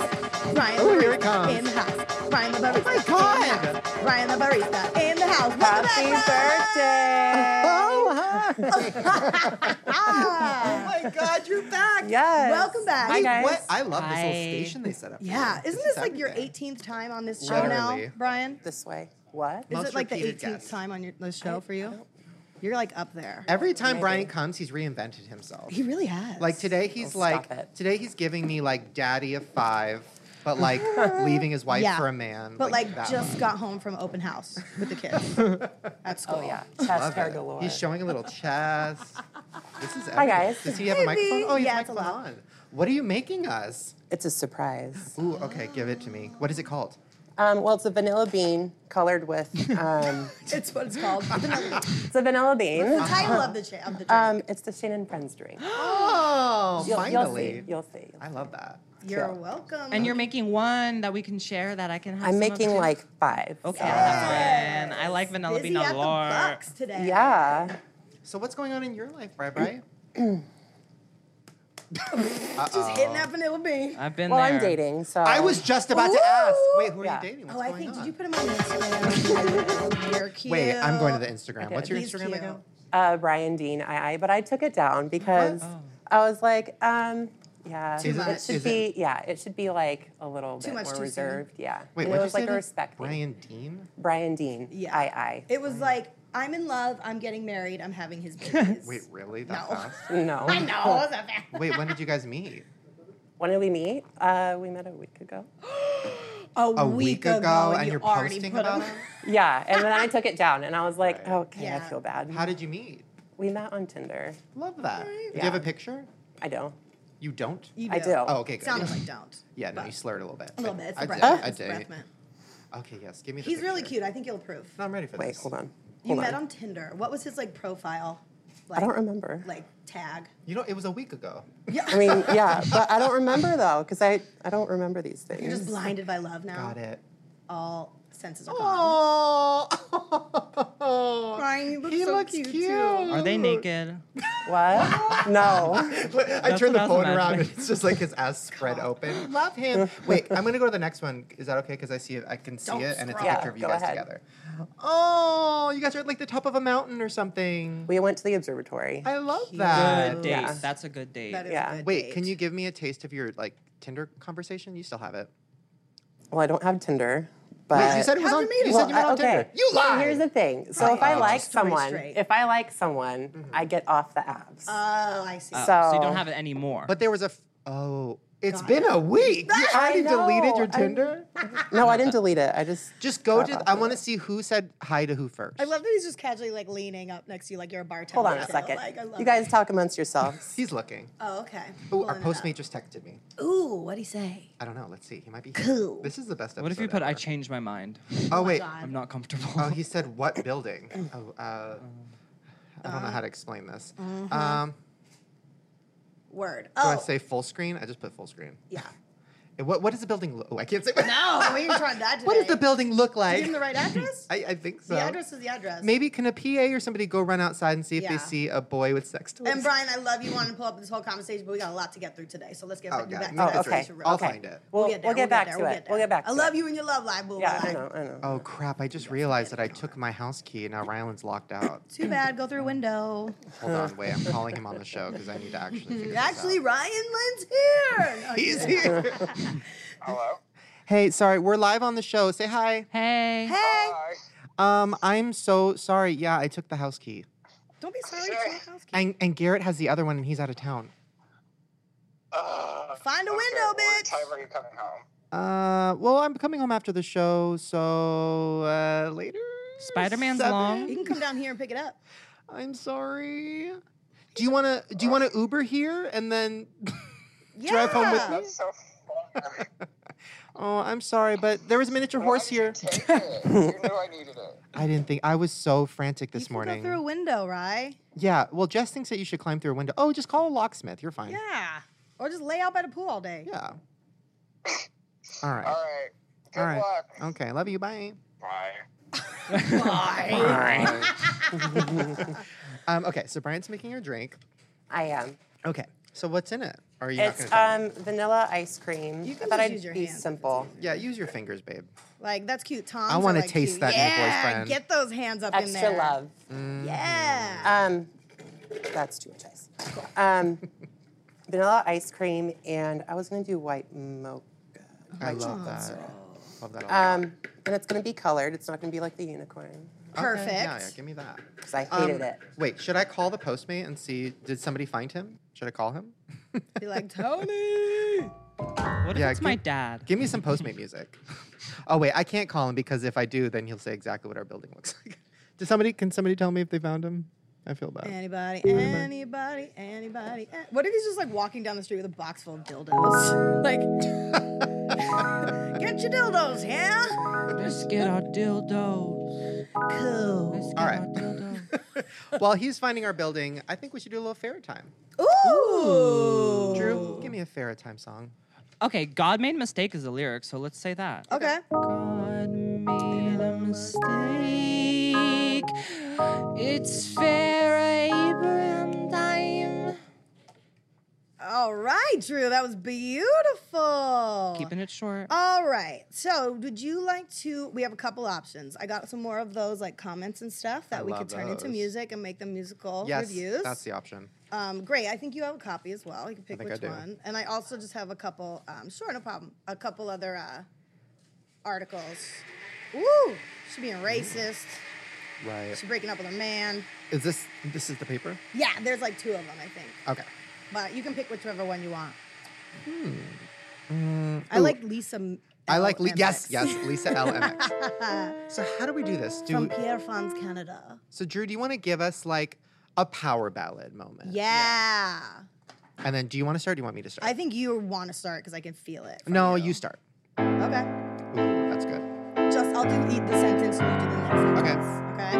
Brian
Oh,
the
here it
barista
comes. Oh
in the house. Brian the barista.
my God.
In the house. Brian the barista in the house. Welcome
Happy
back,
Oh, hi.
Brian. Ah.
oh my god, you're back.
Yes.
Welcome back.
Hi, guys.
What? I love this whole
Hi.
station they set up.
Yeah,
for.
isn't
is
this like your
everything.
18th time on this show now,
Literally.
Brian?
This way. What?
Is
Most
it like the 18th
repeated guest.
time on your, the show for you? You're like up there.
Every time Brian comes, he's reinvented himself.
He really has.
Like today, he's
Oh,
like
stop it.
today he's giving me like daddy of five, but like leaving his wife
Yeah.
for a man.
but like,
that
just
one.
got home from open house with the kids at school.
Oh yeah,
Love
chest hair
it.
galore.
He's showing a little chest. This is everything.
Hi, guys.
Does he have a
Hey,
microphone?
Bea.
Oh, he
Yeah,
has
it's
a
a
microphone on. What are you making us?
It's a surprise.
Ooh, okay, give it to me. What is it called?
Um, well, it's a vanilla bean colored with. Um,
It's what it's called. the
it's a vanilla bean.
Uh-huh.
title of the cha- of the drink.
Uh,
Um, it's the Shane and Friends drink.
Oh,
You'll, you'll
finally.
see. You'll see.
I love that.
You're
cool.
welcome.
And you're making one that we can share that I can have.
I'm
some of
making
too?
like five.
Okay, I'll have one. I like vanilla
busy
bean
at
a
the
lot.
Bucks today.
Yeah.
So what's going on in your life, Bri Bri?
just hitting that vanilla bean.
I've been
Well,
there.
I'm dating, so
I was just about to ask. Wait, who are
Yeah.
you dating? What's
Oh, I
going
think
on?
did you put him on Instagram? you're cute.
Wait, I'm going to the Instagram.
Okay.
What's your
He's
Instagram
cute.
again?
uh, Brian Dean II, but I took it down because
What?
I was like, um, yeah,
Too much.
it should
Is
be
it-
yeah, it should be like a little bit
much
more
too soon.
reserved. Yeah,
Wait,
and
what
it was like a respect thing.
Brian Dean?
Brian Dean
Yeah.
II.
It was like I'm in love. I'm getting married. I'm having his babies.
Wait, really? That
No.
fast?
no, I know.
Oh. Wait, when did you guys meet?
When did we meet? Uh, we met a week ago.
a,
A week ago, and
you
you're
already
posting
put
about
him-
it?
Yeah, and then I took it down, and I was like,
Right.
okay,
Yeah.
I feel bad.
How did you meet?
We met on Tinder.
Love that. Do you
Yeah.
have a picture?
I don't.
You don't?
You
I do.
Oh, okay, good.
Sounded like don't.
yeah, no, you slurred a little bit.
A little bit. It's
I
the
did.
breath.
I
it's the breath
did.
mint.
Okay, yes. Give me the
He's really
picture.
cute. I think you'll approve.
No, I'm ready for
Wait,
this.
hold on.
You
Hold
met
on.
on Tinder. What was his like profile?
I
Like,
don't remember.
Like tag.
You know, it was a week ago.
Yeah.
I mean, yeah, but I don't remember though, because I, I don't remember these things.
You're just blinded by love now.
Got it.
All senses are gone.
Oh,
Brian, you look
he
so
looks
cute,
cute.
too.
Are they naked?
What? no.
But I
That's
turned
what
the
I
phone
was
around and
imagining.
it's just like his ass spread open. Love him. Wait, I'm gonna go to the next one. Is that okay? Because I see it, I can see
Don't
it, and it's a
scroll.
picture of you
Yeah, go
guys
ahead.
together. Oh, you guys are at like the top of a mountain or something.
We went to the observatory.
I love that.
Good date.
Yeah.
That's a good date.
That is
Yeah.
a good
Wait, can
date.
you give me a taste of your like Tinder conversation? You still have it.
Well, I don't have Tinder, but
Wait, you said it was on.
How'd you
You
meet him?
said you met
Well,
on
okay.
Tinder. You
So
lied.
here's the thing. So if
Right.
I
Oh,
like
just story
someone,
straight.
if I like someone,
Mm-hmm.
I get off the apps.
Oh, I see.
Oh,
So-
so, you don't have it anymore.
but there was a. F- oh, it's
Got
been a week. You
I
already deleted
know.
your
I-
Tinder.
no, I didn't delete it. I just
Just go
got
to.
off
I
of
want
it.
to see who said hi to who first.
I love that he's just casually like leaning up next to you like you're a bartender.
Hold on a
too.
second.
Like, I love
you
it.
guys talk amongst yourselves.
He's looking.
Oh, okay.
Oh, our
Pulling it up.
postmate just texted me.
Ooh, what'd he say?
I don't know. Let's see. He might be.
Cool.
This is the best episode.
what if you put
ever.
I changed my mind?
Oh
my
wait.
God.
I'm not comfortable.
Oh, he said what building? Oh, uh, I
Uh,
don't know how to explain this. Um,
Word.
do
mm-hmm. Oh,
I say full screen? I just put full screen.
yeah.
And What What does the building? look? Oh, I can't say.
No, we didn't try that today.
What does the building look
Did you
like?
give him the right address?
I, I think so.
The address is the address.
Maybe can a PA or somebody go run outside and see if they
Yeah.
see a boy with sex toys?
And Brian, I love you wanting to pull up this whole conversation, but we got a lot to get through today. So let's get
Oh,
back to
God.
that
No,
oh,
that's
okay.
right.
conversation. real
I'll
quick.
find it.
We'll,
We'll get, there,
we'll get back
there,
to
we'll
it. We'll
there.
get back.
I
to
love
it.
you and your love life, boo.
Yeah,
bye.
I know. I know.
Oh crap! I just realized that I took my house key and now Rylan's locked out.
Too bad. Go through a window.
Hold on, wait. I'm calling him on the show because I need to actually. Figure this out.
Actually, Ryan Lynn's here. Oh, No,
he's here.
Hello.
hey, sorry, we're live on the show. Say hi.
hey.
Hey,
Hi.
Um, I'm so sorry. Yeah, I took the house key.
don't be sorry. it's your house.
And and Garrett has the other one, and he's out of town.
Uh,
Find a
okay,
window,
what
bitch.
Time are you coming home?
Uh, well, I'm coming home after the show, so uh, later.
Spider-Man's
Seven?
long.
You can come down here and pick it up.
I'm sorry. Do you wanna do you wanna Uber here and then
Yeah.
drive home with me?
That's so fun.
Oh, I'm sorry, but there was a miniature horse
Why
here.
did you take it? You knew I needed it.
I didn't think I was so frantic
You
this
can
morning.
go through a window, right?
Yeah, well, Jess thinks that you should climb through a window. Oh, just call a locksmith. You're fine.
Yeah. Or just lay out by the pool all day.
Yeah. All
All
right.
right. Good
All right.
luck.
Okay. Love you. Bye.
Bye.
Um, okay. So Brian's making your drink.
I am.
Okay. So what's in it? Or are you
It's
not gonna tell me?
um, vanilla ice cream.
You can
I thought
just
I'd
use your
be
hands if it's
simple.
Yeah, use your fingers, babe.
Like that's cute. Tom.
wanna
like
taste
cute.
that new
Yeah,
boyfriend.
get those hands up in
Extra
there.
love.
Mm-hmm.
Yeah.
Um, that's too much ice. Um, vanilla ice cream, and I was gonna do white mocha.
I
White
love
chocolate
that.
syrup.
Love that. a lot.
Um, and it's gonna be colored. It's not gonna be like the unicorn
Okay,
Perfect.
Yeah, yeah. Give me that.
because I
Um,
hated it.
Wait, should I call the postmate and see? Did somebody find him? Should I call him?
Be like Tony.
What if
Yeah,
it's my
give-
dad?
Give me some postmate music. Oh wait, I can't call him because if I do, then he'll say exactly what our building looks like. Did somebody? Can somebody tell me if they found him? I feel bad.
Anybody, anybody, anybody. an- What if he's just like walking down the street with a box full of dildos? like, get your dildos, yeah?
Let's get our dildos.
Cool.
Let's
All
get our
right.
dildos.
While he's finding our building, I think we should do a little fair time.
Ooh.
Drew, give me a fair time song.
Okay, God made mistake is the lyric, so let's say that.
Okay.
God made a mistake. It's fair Abraham time.
All right, Drew. That was beautiful.
Keeping it short.
All right. So, would you like to? We have a couple options. I got some more of those like comments and stuff that
I
we
love
could turn into
those.
music and make them musical
Yes,
reviews.
that's the option.
Um, great. I think you have a copy as well. You can pick
think I
which
do.
one. And I also just have a couple. Um, sure, no problem. A couple other uh, articles. Ooh, she being racist.
Right.
She breaking up with her man.
Is this this is the paper?
Yeah, there's like two of them, I think.
Okay.
But you can pick whichever one you want.
Mm,
I
ooh,
like Lisa. M-
I like Li- yes
LMX.
yes Lisa LMX. so how do we do this? Do
From Pierre Fonds, Canada.
so Drew, do you want to give us like a power ballad moment.
Yeah.
And then do you want to start? Or do you want me to start?
I think you want to start because I can feel it. from
no,
you.
you start.
Okay.
Ooh, that's good.
Just I'll do eat the sentence and you do the next sentence. Okay.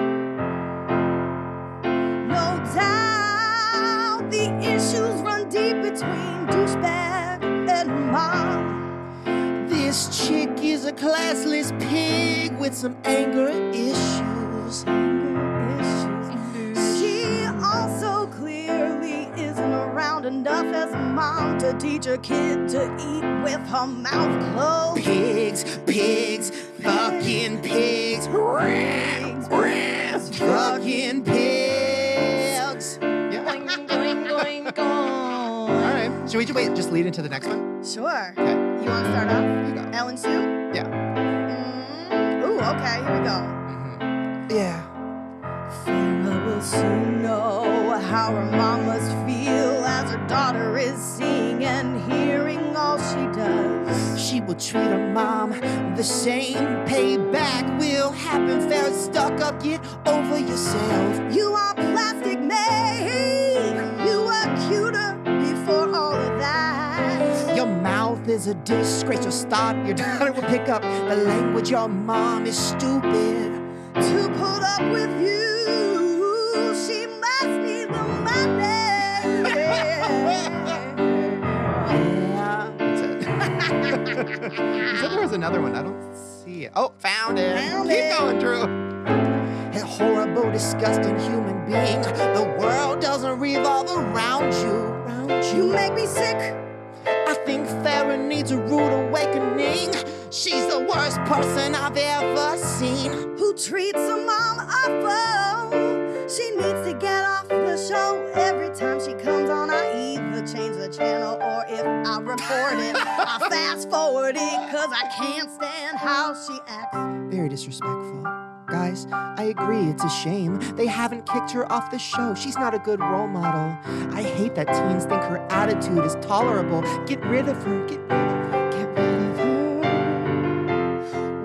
No doubt the issues run deep between douchebag and mom.
This chick is a classless pig with some anger issues.
She also clearly isn't around enough as a mom to teach a kid to eat with her mouth closed.
Pigs, pigs, fucking pigs. Rams, rams, fucking pigs.
All right. Should we just wait? Just lead into the next one.
Sure. You want to start off? Ellen Sue?
Yeah.
Mm, ooh, okay, here we go.
Yeah.
Farrah will soon know how her mom must feel as her daughter is seeing and hearing all she does.
She will treat her mom the same. Payback will happen. Fair stuck up. Get over yourself.
You are plastic made. You were cuter before all of that.
Your mouth is a disgrace. You'll start. Your daughter will pick up the language. Your mom is stupid.
To put up with you, she must need the money.
That's it. I thought there was another one. I don't see it. Oh, found it.
Found
Keep
it.
going, Drew.
A horrible, disgusting human being. The world doesn't revolve around you. Around
You make me sick.
I think Farrah needs a rude awakening. She's the worst person I've ever seen.
who treats her mom awful. She needs to get off the show every time she comes on. I either change the channel or if I report it, I fast forward it because I can't stand how she acts.
Very disrespectful. Guys, I agree, it's a shame. They haven't kicked her off the show. She's not a good role model. I hate that teens think her attitude is tolerable. Get rid of her. Get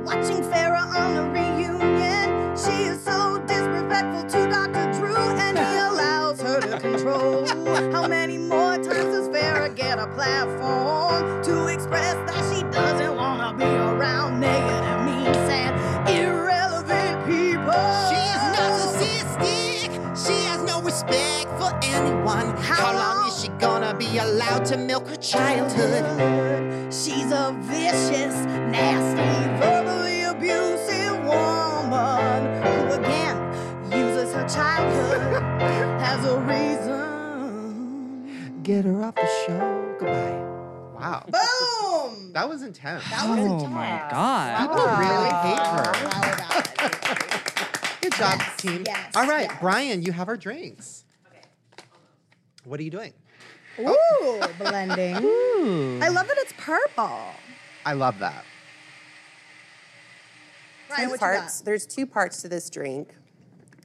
Watching Farrah on the reunion, she is so disrespectful to Dr. Drew and he allows her to control. How many more times does Farrah get a platform to express that she doesn't want to be around negative, mean, sad, irrelevant people?
She is narcissistic. She has no respect for anyone. How long is she gonna be allowed to milk her childhood?
She's a vicious, nasty, verbally abusive woman who again uses her childhood as a reason.
Get her off the show. Goodbye.
Wow.
Boom!
That was intense.
That was
oh my god.
People really hate her. Good job, team.
yes,
All right, Brian, you have our drinks. What are you doing? Oh.
Ooh, blending.
Ooh.
I love that it's purple.
I love that.
Brian,
two
what you
parts. There's two parts to this drink.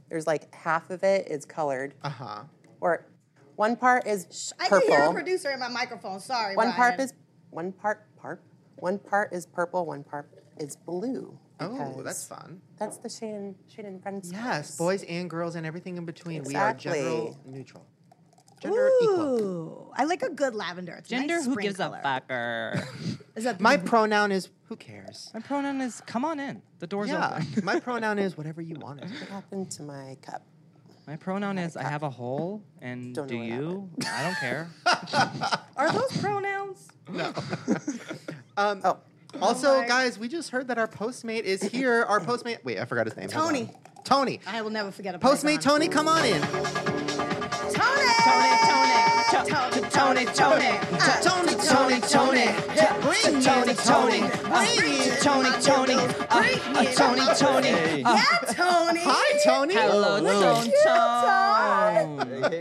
There's like half of it is colored,
Uh huh.
or one part is
I
purple.
can hear a producer in my microphone. Sorry,
one
Brian.
part is one part parp. One part is purple. One part is blue.
Oh, that's
because
fun.
That's the Shannon Shannon Friends.
Yes, boys and girls and everything in between. We are general
Exactly.
neutral. Gender equal.
Ooh, I like a good lavender. It's a
Gender,
nice
who
spring
gives
color.
a fucker?
Is that
My pronoun is who cares?
My pronoun is come on in. The door's
Yeah.
open.
My pronoun is whatever you want. it to be.
What happened to my cup?
My
Oh
pronoun is I have a hole and
Don't
do
know what
you? I don't care.
Are those pronouns?
Um,
Oh.
Also,
my-
guys, we just heard that our Postmate is here. Our Postmate. Wait, I forgot his name. Hold
Tony.
on. Tony.
I will never forget a
Postmate Tony, come on in.
Tony. Tony. Tony. Tony. Tony. Tony.
Tony, Tony, Tony, bring Tony, Tony, bring it, Tony, Tony, Tony, Tony.
Yeah, Tony.
Hi, Tony. Oh,
Hello, Tone Tone.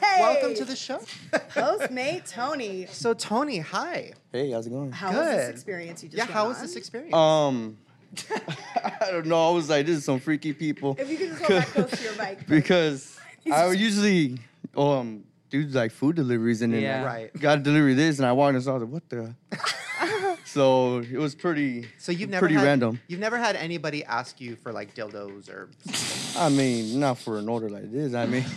Hey.
Welcome to the show.
Postmate Tony.
So, Tony, hi.
Hey, how's it going?
How was this
Good.
experience you just
Yeah,
went
how was
on?
this experience?
Um, I don't know. I was like, this is some freaky people.
If you could just hold that close to your mic. please.
because I would usually um do like food deliveries and then
Yeah.
like,
Right.
got to deliver this and I walked in and I was like, what the? So it was pretty.
So you've never
pretty
had,
random.
You've never had anybody ask you for like dildos or
I mean, not for an order like this. I mean,
And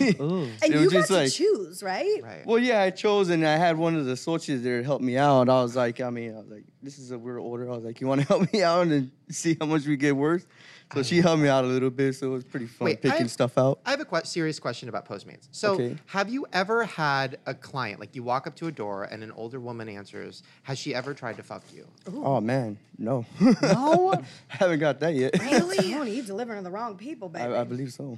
it
you
was
got
just
to
like.
choose, right?
Right.
Well, yeah, I chose, and I had one of the associates there help me out. I was like, I mean, I was like, this is a weird order. I was like, you want to help me out and see how much we get worth? So she helped me out a little bit, so it was pretty fun
Wait, I
picking
have-
stuff out.
I have a que- serious question about Postmates. So,
Okay.
have you ever had a client like you walk up to a door and an older woman answers? Has she ever tried to fuck you?
Oh man, no, no, haven't got that yet.
Really? Tony, you delivering to the wrong people, baby.
I, I believe so.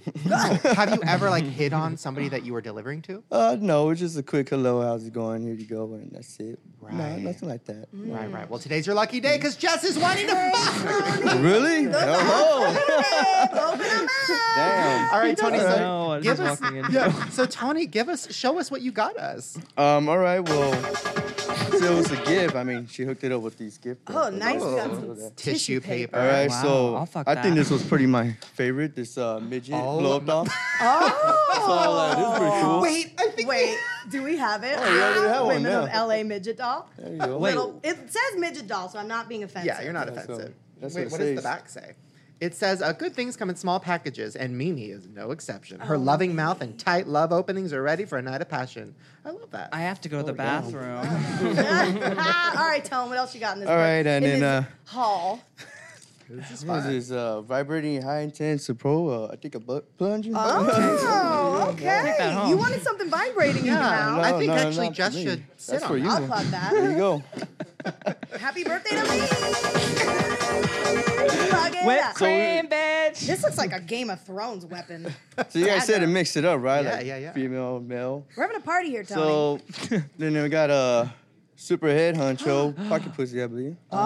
have you ever like hit on somebody that you were delivering to?
Uh, no, it's just a quick hello, how's it going? Here you go, and that's it. No, nothing like that.
Right, right. Well, today's your lucky day because Jess is wanting to fuck.
Really?
Hello.
Damn.
All right, Tony. So
No, I was
give
just
us.
walking in.
Yeah. So Tony, give us, show us what you got us.
Um, all right, well, so it was a gift. I mean, she hooked it up with these gift.
Oh, nice. We got
Oh.
some
Tissue paper.
All right, so
I'll fuck
I think
that.
this was pretty my favorite. This uh, midget
Oh
blow up doll.
Oh.
uh, this is pretty cool. Oh,
Wait, I think
Wait, do we have it?
we already have one
Women
now.
of LA midget doll.
There you go.
Wait.
Little- it says midget doll, so I'm not being offensive.
Yeah, you're not
That's
offensive.
what- that's
Wait,
what it
what does the
says.
back say? It says, uh, good things come in small packages, and Mimi is no exception. Her loving mouth and tight love openings are ready for a night of passion. I love that.
I have to go to the bathroom.
All right, Tone, what else you got in this?
All
book?
right, and
in
then,
this
uh,
hall.
This is
What is
fun.
this? Uh, vibrating high intense pro. Uh, I think a butt plunger.
Oh,
Take that
okay.
home.
You wanted something vibrating in your
Yeah,
mouth.
I
No,
think
no,
actually
not
Jess
me.
should sit
That's
on
for
that.
you.
I'll plug
There
that.
you go.
Happy birthday to me. plug it
Whipped
up.
cream, bitch.
This looks like a Game of Thrones weapon.
So you guys said to
Dagger.
mix it up, right?
Yeah,
like
yeah, yeah.
Female, male.
We're having a party here, Tony.
So then we got a uh, super head honcho pocket pussy, I believe. uh,
oh,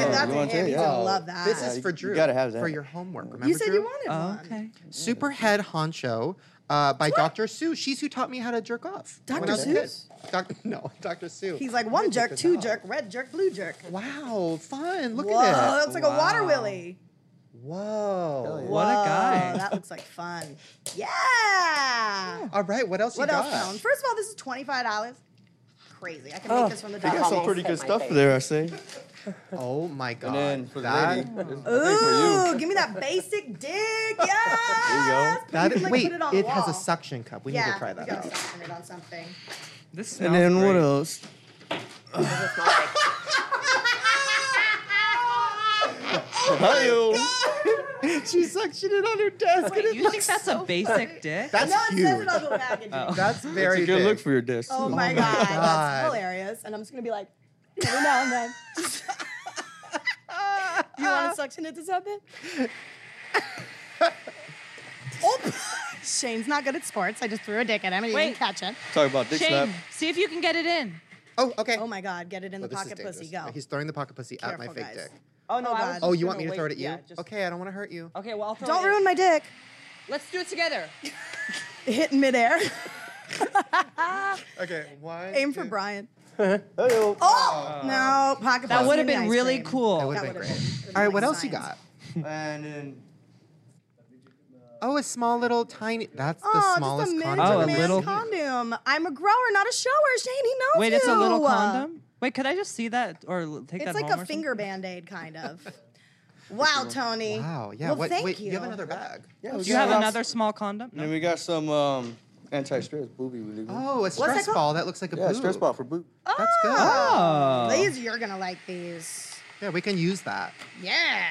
yeah, that's
you
a
want
hit.
it?
He's
Yeah.
gonna love that.
This
you-
is for
you
Drew.
gotta have that.
For your homework. Remember,
you said
Drew?
you wanted
Oh,
one.
okay.
Superhead Honcho uh, by Dr. Sue. She's who taught me how to jerk off. when
Dr.
I was a kid.
Seuss?
Doc- no, Dr. Sue.
He's like one jerk, two jerk, red jerk, blue jerk.
wow, fun. Look
Whoa, that
at it.
looks like a water
Wow.
willy.
Whoa.
What a
Whoa,
guy.
Oh, That looks like fun. Yeah.
All right, what else
What
you
else,
got?
Tone? First of all, this is twenty five dollars. Crazy. Oh, I can make this from the
They
dollar.
got some
Almost
pretty good
hit my
stuff
face.
there, I say.
Oh my god.
And then for the
that,
lady, this- I think for you.
Ooh, give me that basic dick. Yes.
There
that
can,
is,
like,
wait,
put it on the
it has a
wall.
suction cup. We
yeah,
need to try
we
that
gotta
out.
section it on something.
This smells
And then what
great.
else? Hi-yo.
she suctioned it on her desk. and it
You
looks
think that's a
so
basic dick?
That's
no, it says
huge.
it on the packaging.
That's
That's
very
a good
big.
look for your desk.
Oh
too.
my god,
God.
that's hilarious. And I'm just gonna be like, every now and then. you want to suction it to something? oh, Shane's not good at sports. I just threw a dick at him and he
Wait.
didn't catch it.
Talk
Uh,
about dick slap.
Shane, see if you can get it in.
Oh, okay.
Oh my god, get it in
Oh,
the
this is
pocket pussy. Go.
dangerous. He's throwing the pocket pussy at my
Careful,
fake
guys.
dick.
Oh no,
Oh,
I
God.
was
Oh,
just
you want me
gonna
to throw it
wait-
at you?
yeah, just-
Okay, I don't want to hurt you.
Okay, well I'll throw
Don't
it. in.
ruin my dick.
Let's do it together.
Hit in midair.
Okay, one.
Aim for Brian.
Uh-huh. Hi-yo.
Oh, no, pocket
That
pussy
would
and
have been
ice
really
cream.
That
cool.
would have
That
been
would've
great.
been
All right,
like
what else you
science.
got?
And then
Oh, a small little tiny. That's the
Oh,
smallest
just a
condom.
miniature
Oh, a
man's
little-
condom. I'm a grower, not a shower. Shane, he knows
Wait, it's a little
you.
condom. Wait, could I just see that or l- take
It's
that
like
home or
a
something?
finger band aid, kind of. wow, Tony.
Wow. Yeah.
Well,
what,
thank
wait,
you.
have another bag.
yeah,
Do you have another small condom?
And then
No.
we got some um, anti-stress booby relief.
Oh, a stress
that called?
ball. That looks like a
yeah,
boob.
stress ball for boob.
That's good.
Oh.
These, you're going to like these.
Yeah, we can use that.
Yeah.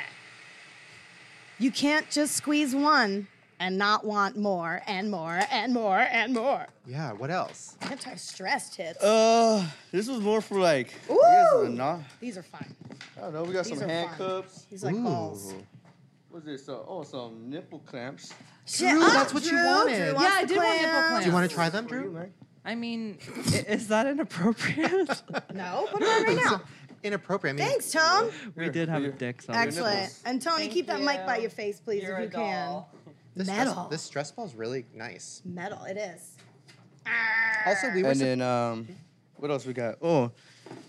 You can't just squeeze one and not want more and more and more and more.
Yeah. What else?
Anti stress tips.
Uh, this was more for like. I guess
Ooh.
a non-
these are fun.
I don't know. We got
These
some
are fun.
handcuffs.
These like balls.
Ooh.
What's this? Uh, oh, some nipple clamps.
Shit,
Drew,
oh,
that's what you
Drew,
wanted.
Drew
Yeah,
wants
I
the
did want nipple
clams.
Do
clamps.
you want to try them,
For you,
Drew?
man.
I mean, i- is that inappropriate?
No, put it on right now.
Inappropriate. I mean,
Thanks, Tom.
we did have a dick. So
Excellent. And Tony,
Thank
keep that mic by
you.
your face, please,
You're
if
a
you can.
doll.
This
Metal.
Stress, this stress ball's really nice.
Metal, it is.
Also, we were.
And then um, what else we got? Oh,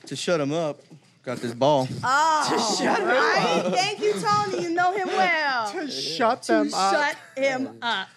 to shut him up, got this ball.
Oh, right? Thank you, Tony. You know him well.
supp- shut them
Shut him up.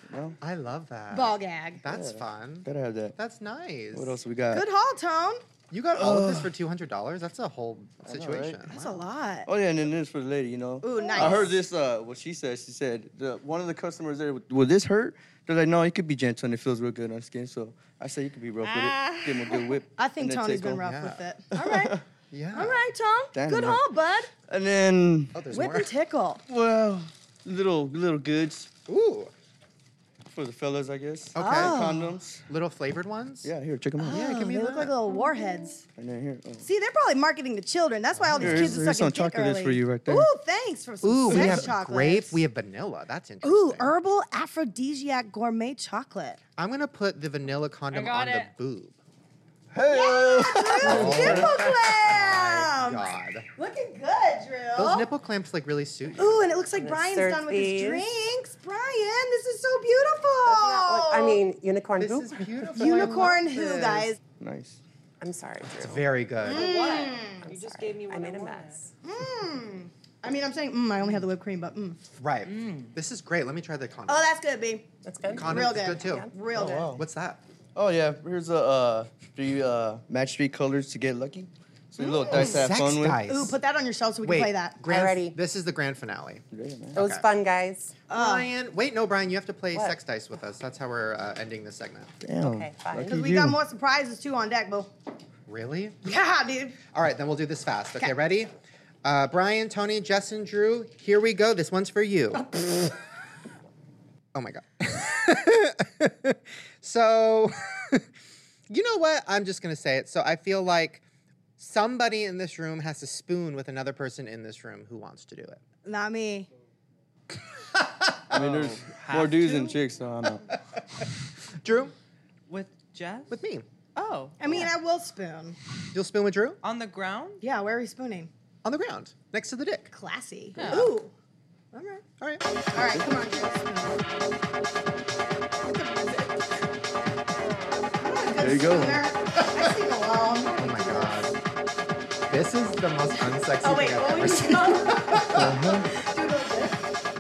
I love that.
Ball gag.
That's fun.
Gotta have that.
That's nice.
What else we got?
Good haul, Tone.
You got all of this for two hundred dollars. That's a whole
I know, right?
situation.
That's a lot.
Oh yeah, and then this for the lady, you know.
Ooh,
I heard
nice.
this. Uh, what she said. She said the, one of the customers there. Will this hurt? They're like, no, it could be gentle and it feels real good on skin. So I said you could be rough with it. Give him a good whip.
Ah. I think
and then
Tony's
take home.
been rough with it. All right.
yeah. Oh,
All right, Tom.
Damn,
Good
man.
haul, bud.
And then
Whip and tickle.
Well, little little goods.
Ooh.
For the fellas, I guess.
Okay. Oh.
Condoms.
Little flavored ones.
Yeah, here, check them out.
Oh, they look like little warheads.
And then here. oh.
See, they're probably marketing to children. That's why all these
Here's-
kids are
here's
sucking
some
dick
chocolate is
early.
for you right there.
Ooh, thanks for some
Ooh, we
sex
have
chocolate.
grape. We have vanilla. That's interesting.
Ooh, herbal aphrodisiac gourmet chocolate.
I'm gonna put the vanilla condom
got
on the
it.
boob.
Drew's nipple clamp.
Oh, God.
Looking good, Drew.
Those nipple clamps like really suit you.
Ooh, and it looks like
Gonna
Brian's
serve
done with his
these.
drinks. Brian, this is so beautiful.
I mean, unicorn
This
who?
is beautiful. Oh! Unicorn
I love
who,
this.
guys?
Nice.
I'm sorry, Drew.
It's very good.
Mm. You just gave me one. I made a mess.
Mm. I mean, I'm saying, mm, I only have the whipped cream, but mm.
Right. This is great. Let me try the condom.
Oh, that's good, B.
That's
good. Condoms
Real
is
good.
good, too. Oh,
Real good.
What's that?
Oh yeah, here's a uh, three uh, match three colors to get lucky. So little dice to have
Sex
fun with.
dice.
Ooh, put that on your shelf so we
Wait,
can play that.
Grand, This is the grand finale.
It Oh. was
Okay.
fun, guys.
Brian, wait, no, Brian, you have to play
What?
sex dice with us. That's how we're uh, ending this segment.
Damn.
Okay, fine.
Because we got more surprises too on deck, boo.
Really?
Yeah, dude.
All right, then we'll do this fast. Okay, ready? Uh, Brian, Tony, Jess, and Drew, here we go. This one's for you. oh my God. so, you know what? I'm just going to say it. So, I feel like somebody in this room has to spoon with another person in this room who wants to do it.
Not me.
I mean, there's more dudes than chicks, so I know.
Drew?
With Jeff?
With me.
Oh.
I mean, I will spoon.
You'll spoon with Drew?
On the ground?
Yeah, where are we spooning?
On the ground, next to the dick.
Classy.
Yeah.
Ooh. All right. All right. All right, come on.
There you go.
I sing along.
Oh my god. This is the most unsexy
Oh, wait,
thing I've
what
ever
was
seen. Uh-huh.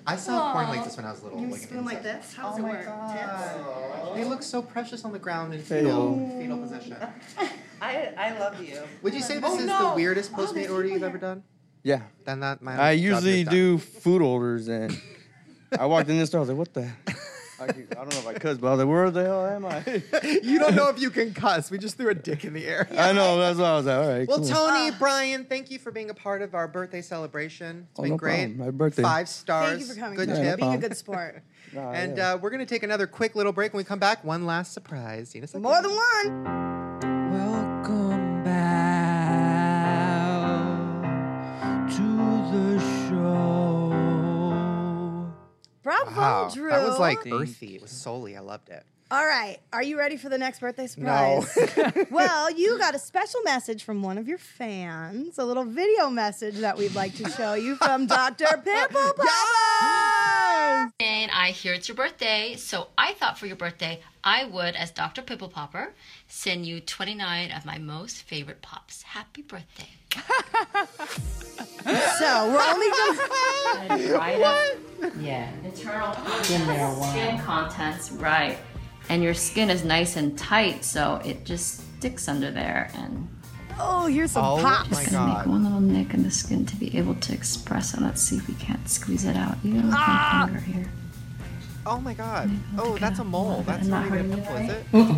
I saw porn
Aw.
like this when I was little.
You
like,
spoon like this? How
Oh
does it
my
work? Tits?
They look so precious on the ground in
Hey,
fetal, fetal position.
I, I love you.
Would you say this
Oh,
is
no.
the weirdest postmate order you've ever done?
Yeah.
Then that my
I
job
usually
is done.
do food orders, and I walked in this store. I was like, "What the?" I, could- I don't know if I cussed, but I was like, "Where the hell am I?"
you don't know if you can cuss. We just threw a dick in the air.
I know. That's why I was like, "All right."
Well,
cool.
Ah.
Tony, Brian, thank you for being a part of our birthday celebration. It's
Oh,
been
no
great.
problem. My birthday.
Five stars.
Thank you for coming.
Good
Tony.
tip.
Being a good sport.
Nah,
And
yeah.
uh, we're going to take another quick little break. When we come back, one last surprise. See you in a second.
More than one.
Welcome back to the show.
Bravo, Drew.
That was like earthy. It was solely. I loved it.
All right. Are you ready for the next birthday surprise? well, you got a special message from one of your fans, a little video message that we'd like to show you from Dr. Pimple Popper.
And I hear it's your birthday, so I thought for your birthday, I would, as Dr. Pimple Popper, send you 29 of my most favorite pops. Happy birthday.
So we're only just.
Yeah. Internal skin contents, right. And your skin is nice and tight, so it just sticks under there and
Oh, here's some
Oh
pops.
my God. One little nick in the skin to be able to express it. Let's see if we can't squeeze it out. You know,
Ah!
ah! finger here.
Oh my god. Oh, that's a mole. That's
I'm
not
not
even a
hurting you,
pimple, is
right?
it?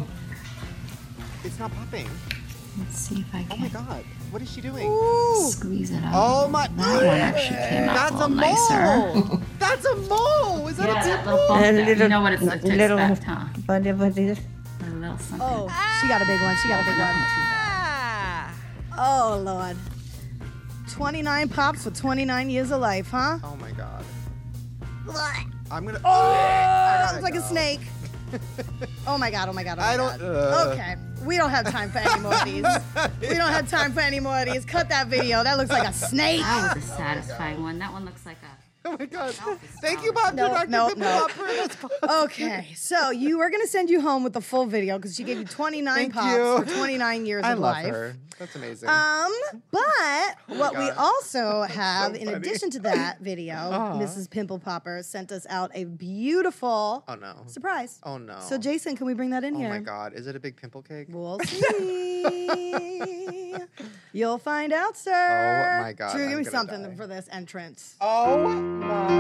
It's not popping.
Let's see if I can.
Oh my god. What is she doing?
Squeeze it out.
Oh my
That one actually came out
That's
a
a,
little nicer.
mole. That's a mole. Is that
Yeah,
a
that
pimple?
little bump there. You know what it's like to
little-
expect, huh?
But it was this.
A little something.
Oh,
Ah!
she got a big one. She got a big one. Oh, Lord. 29 pops for 29 years of life, huh?
Oh my god.
Blah.
I'm gonna.
Oh,
gotta
looks like a
go.
snake. Oh my god! Oh my god! Oh my
I don't-
God.
uh.
Okay, we don't have time for any more of these. We don't have time for any more of these. Cut that video. That looks like a snake.
That was a satisfying one. That one looks like a.
Oh my God. Thank you, Bob.
No,
Dr.
no,
Pimple
no.
Popper. That's
Okay, so you we're gonna send you home with the full video because she gave you 29
Thank
pops
you.
for 29 years
I
of
love
life.
her. That's amazing.
Um, but what we
God.
also have, in addition to that video,
Aw.
Mrs. Pimple Popper sent us out a beautiful
oh no.
surprise.
Oh no.
So Jason, can we bring that in
Oh
here?
my God. Is it a big pimple cake?
We'll see. You'll find out, sir.
Oh my God,
Drew,
I'm
give me
gonna
something for this entrance.
Oh my.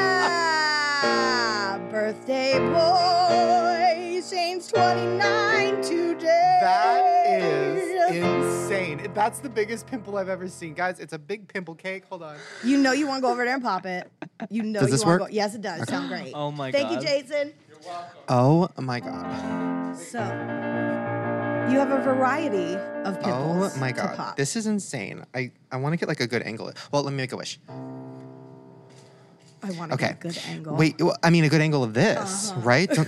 Yeah! Birthday boy, Shane's 29 today.
That is insane. That's the biggest pimple I've ever seen. Guys, it's a big pimple cake. Hold on.
You know you want to go over there and pop it. You know
Does
you
this
want to
work?
go. Yes, it does.
Okay.
Sound great.
Oh my
Thank
God.
Thank you, Jason.
Oh my God.
So you have a variety of pimples
Oh my
to
God.
pop.
This is insane. I, I want to get like a good angle. Well, let me make a wish.
I want to
Okay.
get a good angle.
Wait, well, I mean, a good angle of this,
Uh-huh.
right? Don't-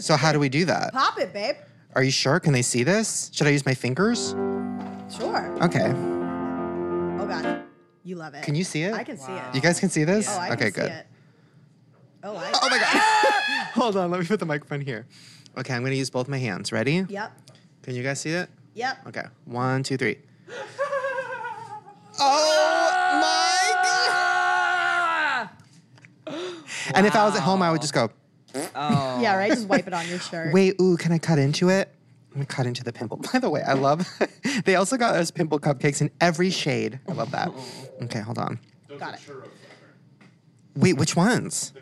so, how do we do that?
Pop it, babe.
Are you sure? Can they see this? Should I use my fingers?
Sure.
Okay.
Oh God, you love it.
Can you see it?
I can see it.
You guys can see this?
Oh, I
okay,
can
good.
see it. Oh, I.
Oh my God. Hold on, let me put the microphone here. Okay, I'm gonna use both my hands. Ready?
Yep.
Can you guys see it?
Yep.
Okay. One, two, three.
Oh
And if I was at home, I would just go,
my! Yeah, right. Just wipe it on your shirt.
wait, ooh, can I cut into it? I'm gonna cut into the pimple. By the way, I love they also got us pimple cupcakes in every shade. I love that. Okay, hold on.
Got it.
Wait, which ones?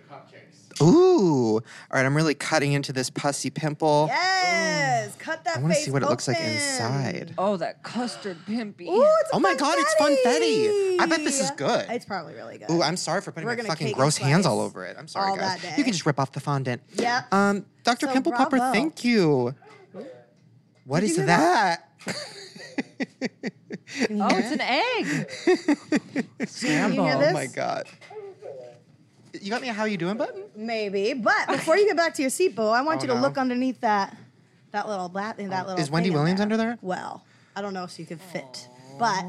Ooh. All right, I'm really cutting into this pussy pimple.
Yes, cut that.
I want to
face
see what it looks like
open.
inside.
Oh, that custard pimpy.
Ooh, it's a
Oh my God, it's funfetti. I bet this is good.
It's probably really good.
Ooh, I'm sorry for putting
We're
my
gonna
fucking
cake
gross
and
hands
slice
all over it. I'm sorry,
all
guys.
that
You
day.
can just rip off the fondant.
Yep.
Um, Dr.
So
Pimple Popper,
bravo.
thank you. What
Did
is
you hear
that?
Oh, it's an egg.
Scramble. hear
Oh my
this?
god. You got me a how you doing button?
Maybe, but before you get back to your seat, boo, I want
Oh,
you to
no. Oh,
look underneath that that little blat in that little.
Is Wendy
thing in
Williams under there?
Well, I don't know if she could fit, but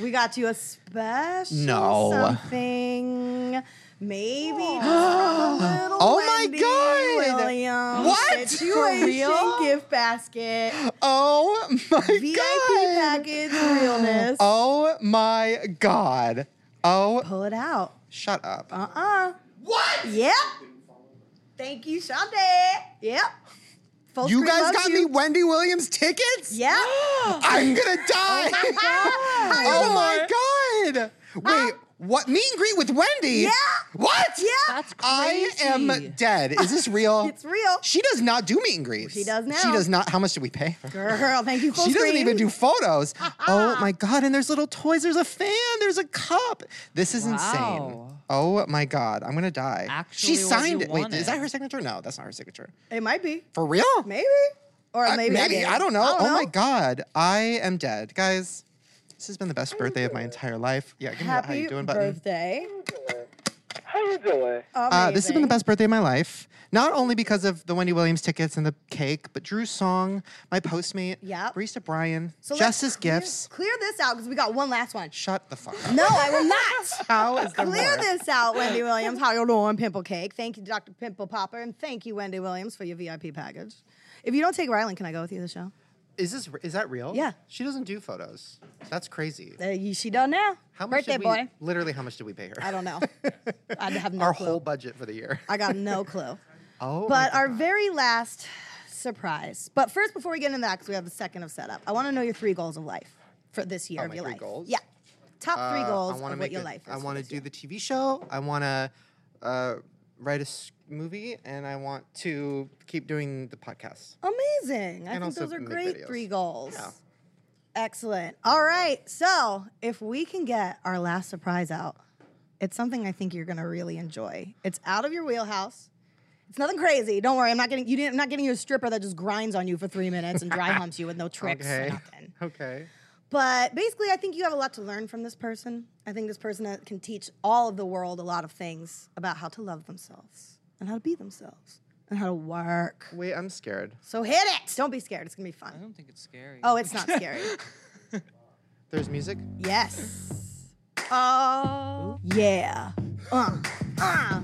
we got you a special
No.
something. Maybe just from the little
Oh my
Wendy
God.
Williams
What? For
situation
real?
gift basket.
Oh my
VIP
god.
package realness.
Oh my god. Oh.
Pull it out.
Shut up.
Uh uh What? Yep. Thank you, Shante. Yep. Full
you
screen
guys
loves
got
you.
me Wendy Williams tickets?
Yep.
I'm gonna die.
Oh
Oh my god. Wait, what? Meet and greet with Wendy?
Ah. Yeah.
What?
Yeah.
That's crazy. I am dead. Is this real?
It's real.
She does not do meet and greets.
She does now.
She does not. How much did we pay? her?
Girl, thank you. Full
she
screen.
doesn't even do photos. oh my god! And there's little toys. There's a fan. There's a cup. This is insane. Oh my god! I'm gonna die.
Actually
she
what you
signed it. Wait,
wanted.
is that her signature? No, that's not her signature.
It might be.
For real?
Maybe. Or
Uh,
maybe. it is.
I don't know. oh
know.
my god! I am dead, guys. This has been the best birthday of my entire life. Yeah, give me that how
Happy
you doing button.
birthday.
How you doing? Uh, this has been
Amazing.
the best birthday of my life. Not only because of the Wendy Williams tickets and the cake, but Drew's song, my postmate,
Yep.
Barista Brian,
So let's
Justice
clear-
Gifts.
Clear this out because we got one last one.
Shut the fuck up.
No, I will not.
How is there
Clear
more?
this out, Wendy Williams. How you doing, Pimple Cake? Thank you, Dr. Pimple Popper, and thank you, Wendy Williams, for your VIP package. If you don't take Rylan, can I go with you to the show?
Is this is that real?
Yeah.
She doesn't do photos. That's crazy.
Uh, you- she done now.
How much
Birthday
did we,
boy.
Literally, how much did we pay her?
I don't know. I have no
Our
clue.
whole budget for the year.
I got no clue.
Oh, my
but
God.
our very last surprise. But first, before we get into that, because we have a second of setup, I want to know your three goals of life for this year
Oh,
of
my
your
three
life.
goals?
Yeah. Top three
Uh,
goals
I
of
wanna
what
make
your
a-
life is.
I
for
want to
this
do the TV show. I want to uh, write a s- movie, and I want to keep doing the podcast.
Amazing.
And
I think
also
those are
make
great
videos.
three goals. Excellent. All right. So, if we can get our last surprise out, it's something I think you're going to really enjoy. It's out of your wheelhouse. It's nothing crazy. Don't worry. I'm not getting you didn't, I'm not getting you a stripper that just grinds on you for 3 minutes and dry humps you with no tricks.
Okay. Okay.
But basically, I think you have a lot to learn from this person. I think this person that can teach all of the world a lot of things about how to love themselves and how to be themselves and how to work.
Wait, I'm scared.
So hit it. Don't be scared. Oh, It's going to be fun. I don't
think it's scary.
Oh, it's not scary.
There's music?
Yes. Oh. Yeah. Uh, uh.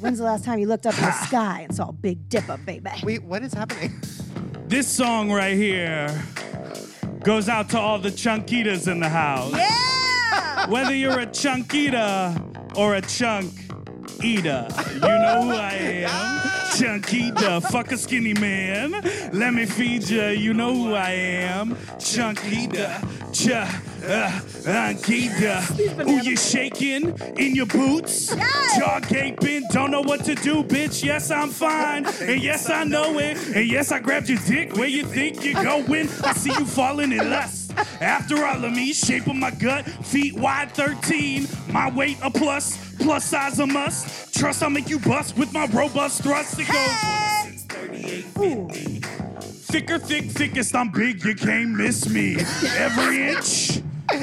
When's the last time you looked up in the sky and saw Big Dipper, baby?
Ah. Wait, what is happening?
This song right here goes out to all the chunkitas in the house.
Yeah!
Whether you're a chunkita or a chunk eater, you know who I am. Chunkita, fuck a skinny man. Let me feed ya, you know who I am. Chunkita, cha, uh, unkita. Ooh, you shaking in your boots? Jaw gaping, don't know what to do, bitch. Yes, I'm fine. And yes, I know it. And yes, I grabbed your dick where you think you're going. I see you falling in lust. After all of me, shape of my gut, feet wide 13. My weight a plus, plus size a must. Trust I'll make you bust with my robust thrust. It goes thicker, thick, thickest. I'm big, you can't miss me. Every inch,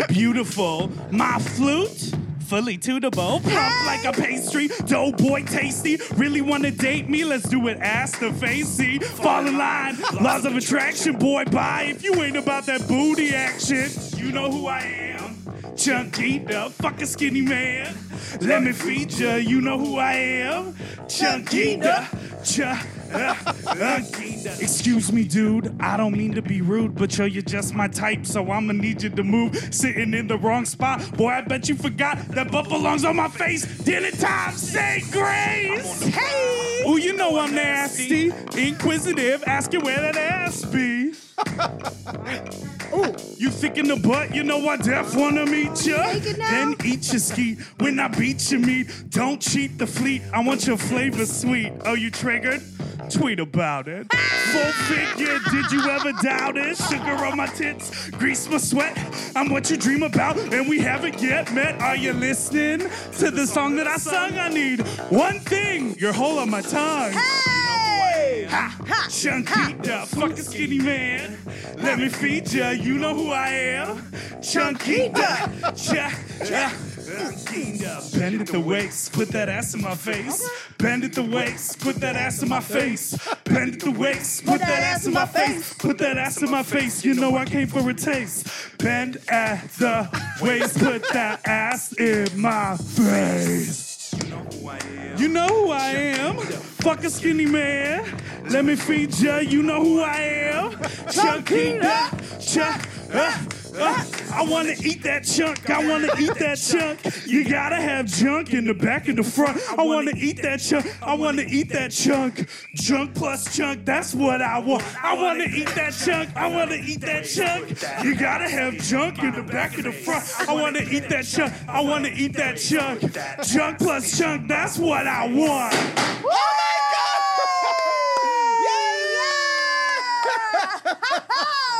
beautiful. My flute, fully tunable. Pop like a pastry, dough boy tasty. Really wanna date me? Let's do it ass to facey. Fall in line, laws of attraction, boy, bye. If you ain't about that booty action, you know who I am. Chunky the fuck a skinny man. Let me feed ya, you know who I am. Chunky the cha. uh, uh, Excuse me, dude. I don't mean to be rude, but yo, you're just my type, so I'ma need you to move. Sitting in the wrong spot, boy. I bet you forgot that butt belongs on my face. Dinner time, say grace. Hey. Ooh, you know I'm nasty, inquisitive, asking where that ass be. Ooh. You thick in the butt, you know I def wanna meet ya. Then eat your skeet when I beat your meat. Don't cheat the fleet, I want your flavor sweet. Oh, you triggered? Tweet about it. Full figure, did you ever doubt it? Sugar on my tits, grease my sweat. I'm what you dream about, and we haven't yet met. Are you listening to the song that I sung? I need one thing, your hole on my tongue. Ha, Chunkita, fuck a skinny man. Let me feed ya, you know who I am. Chunkita, cha, cha. Chunkita. Bend at the waist, put that ass in my face. Bend at the waist, put that ass in my face. Bend at the waist, put that ass in my face. Put that ass in my face, you know I came for a taste. Bend at the waist, put that ass in my face. You know who I am. Fuck a skinny man. Let me feed ya. You know who I am. Chunkita. Chunk. Uh, uh, I wanna eat that chunk. I wanna eat that chunk. You gotta have junk in the back and the front. I wanna eat that chunk. I wanna eat that chunk. Junk plus chunk. That's what I want. I wanna eat that chunk. I wanna eat that chunk. You gotta have junk in the back and the front. I wanna eat that chunk. I wanna eat that chunk. Junk plus chunk. That's what I want.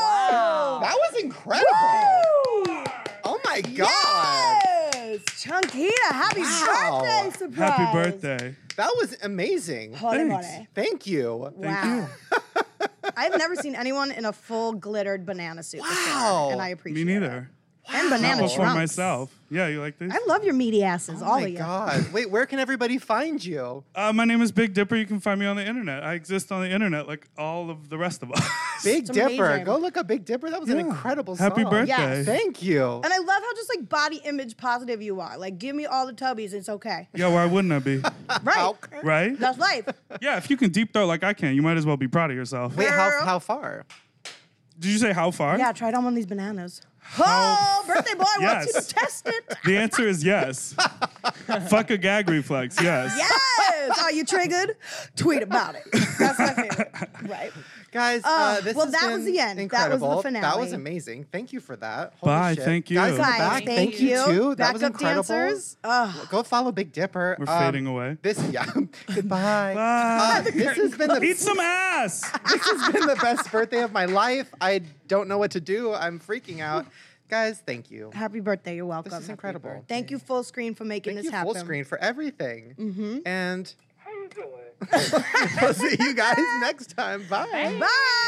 wow. That was incredible. Oh my god.
Yes. Chunkita, happy
Wow.
birthday surprise.
birthday.
That was amazing.
Hore more. Thanks.
Thank you.
Wow. I've never seen anyone in a full glittered banana suit.
Wow.
Before, and I appreciate
Me neither.
it. And banana
Not for
trunks.
myself. Yeah, you like these?
I love your meaty asses,
Oh
all
my
of you.
God. Wait, where can everybody find you?
Uh, my name is Big Dipper. You can find me on the internet. I exist on the internet like all of the rest of us.
Big Dipper. Go look up Big Dipper. That was an incredible
Happy
song.
birthday. Yes.
Thank you.
And I love how just like body image positive you are. Like, give me all the tubbies, it's okay.
Yeah, why wouldn't I be?
Right.
Right?
That's life.
Yeah, if you can deep throw like I can, you might as well be proud of yourself.
Wait, how, how far?
Did you say how far?
Yeah, try down one of these bananas. Oh, birthday boy wants you
Yes.
to test it.
The answer is yes. Fuck a gag reflex, yes.
Yes. Are you triggered? Tweet about it. That's my favorite. Right.
Guys, uh,
Uh,
this
well,
has
that
been
was the end. That was the
Incredible. That was
finale.
amazing. Thank you for that.
Bye,
shit.
thank you.
Guys, in the
Guys,
back,
thank
thank you
you.
too. That was
Backup
incredible.
dancers.
Go follow Big Dipper.
We're
Um,
fading away.
This yeah. Goodbye.
Bye.
Uh, this has been the
Eat some ass.
this has been the best birthday of my life. I don't know what to do. I'm freaking out. Guys, thank you.
Happy birthday. You're welcome.
This is incredible.
Thank you, full screen, for making
Thank
this
you,
happen.
full screen, for everything.
Mm-hmm.
And how you doing? we'll see you guys next time. Bye.
Bye.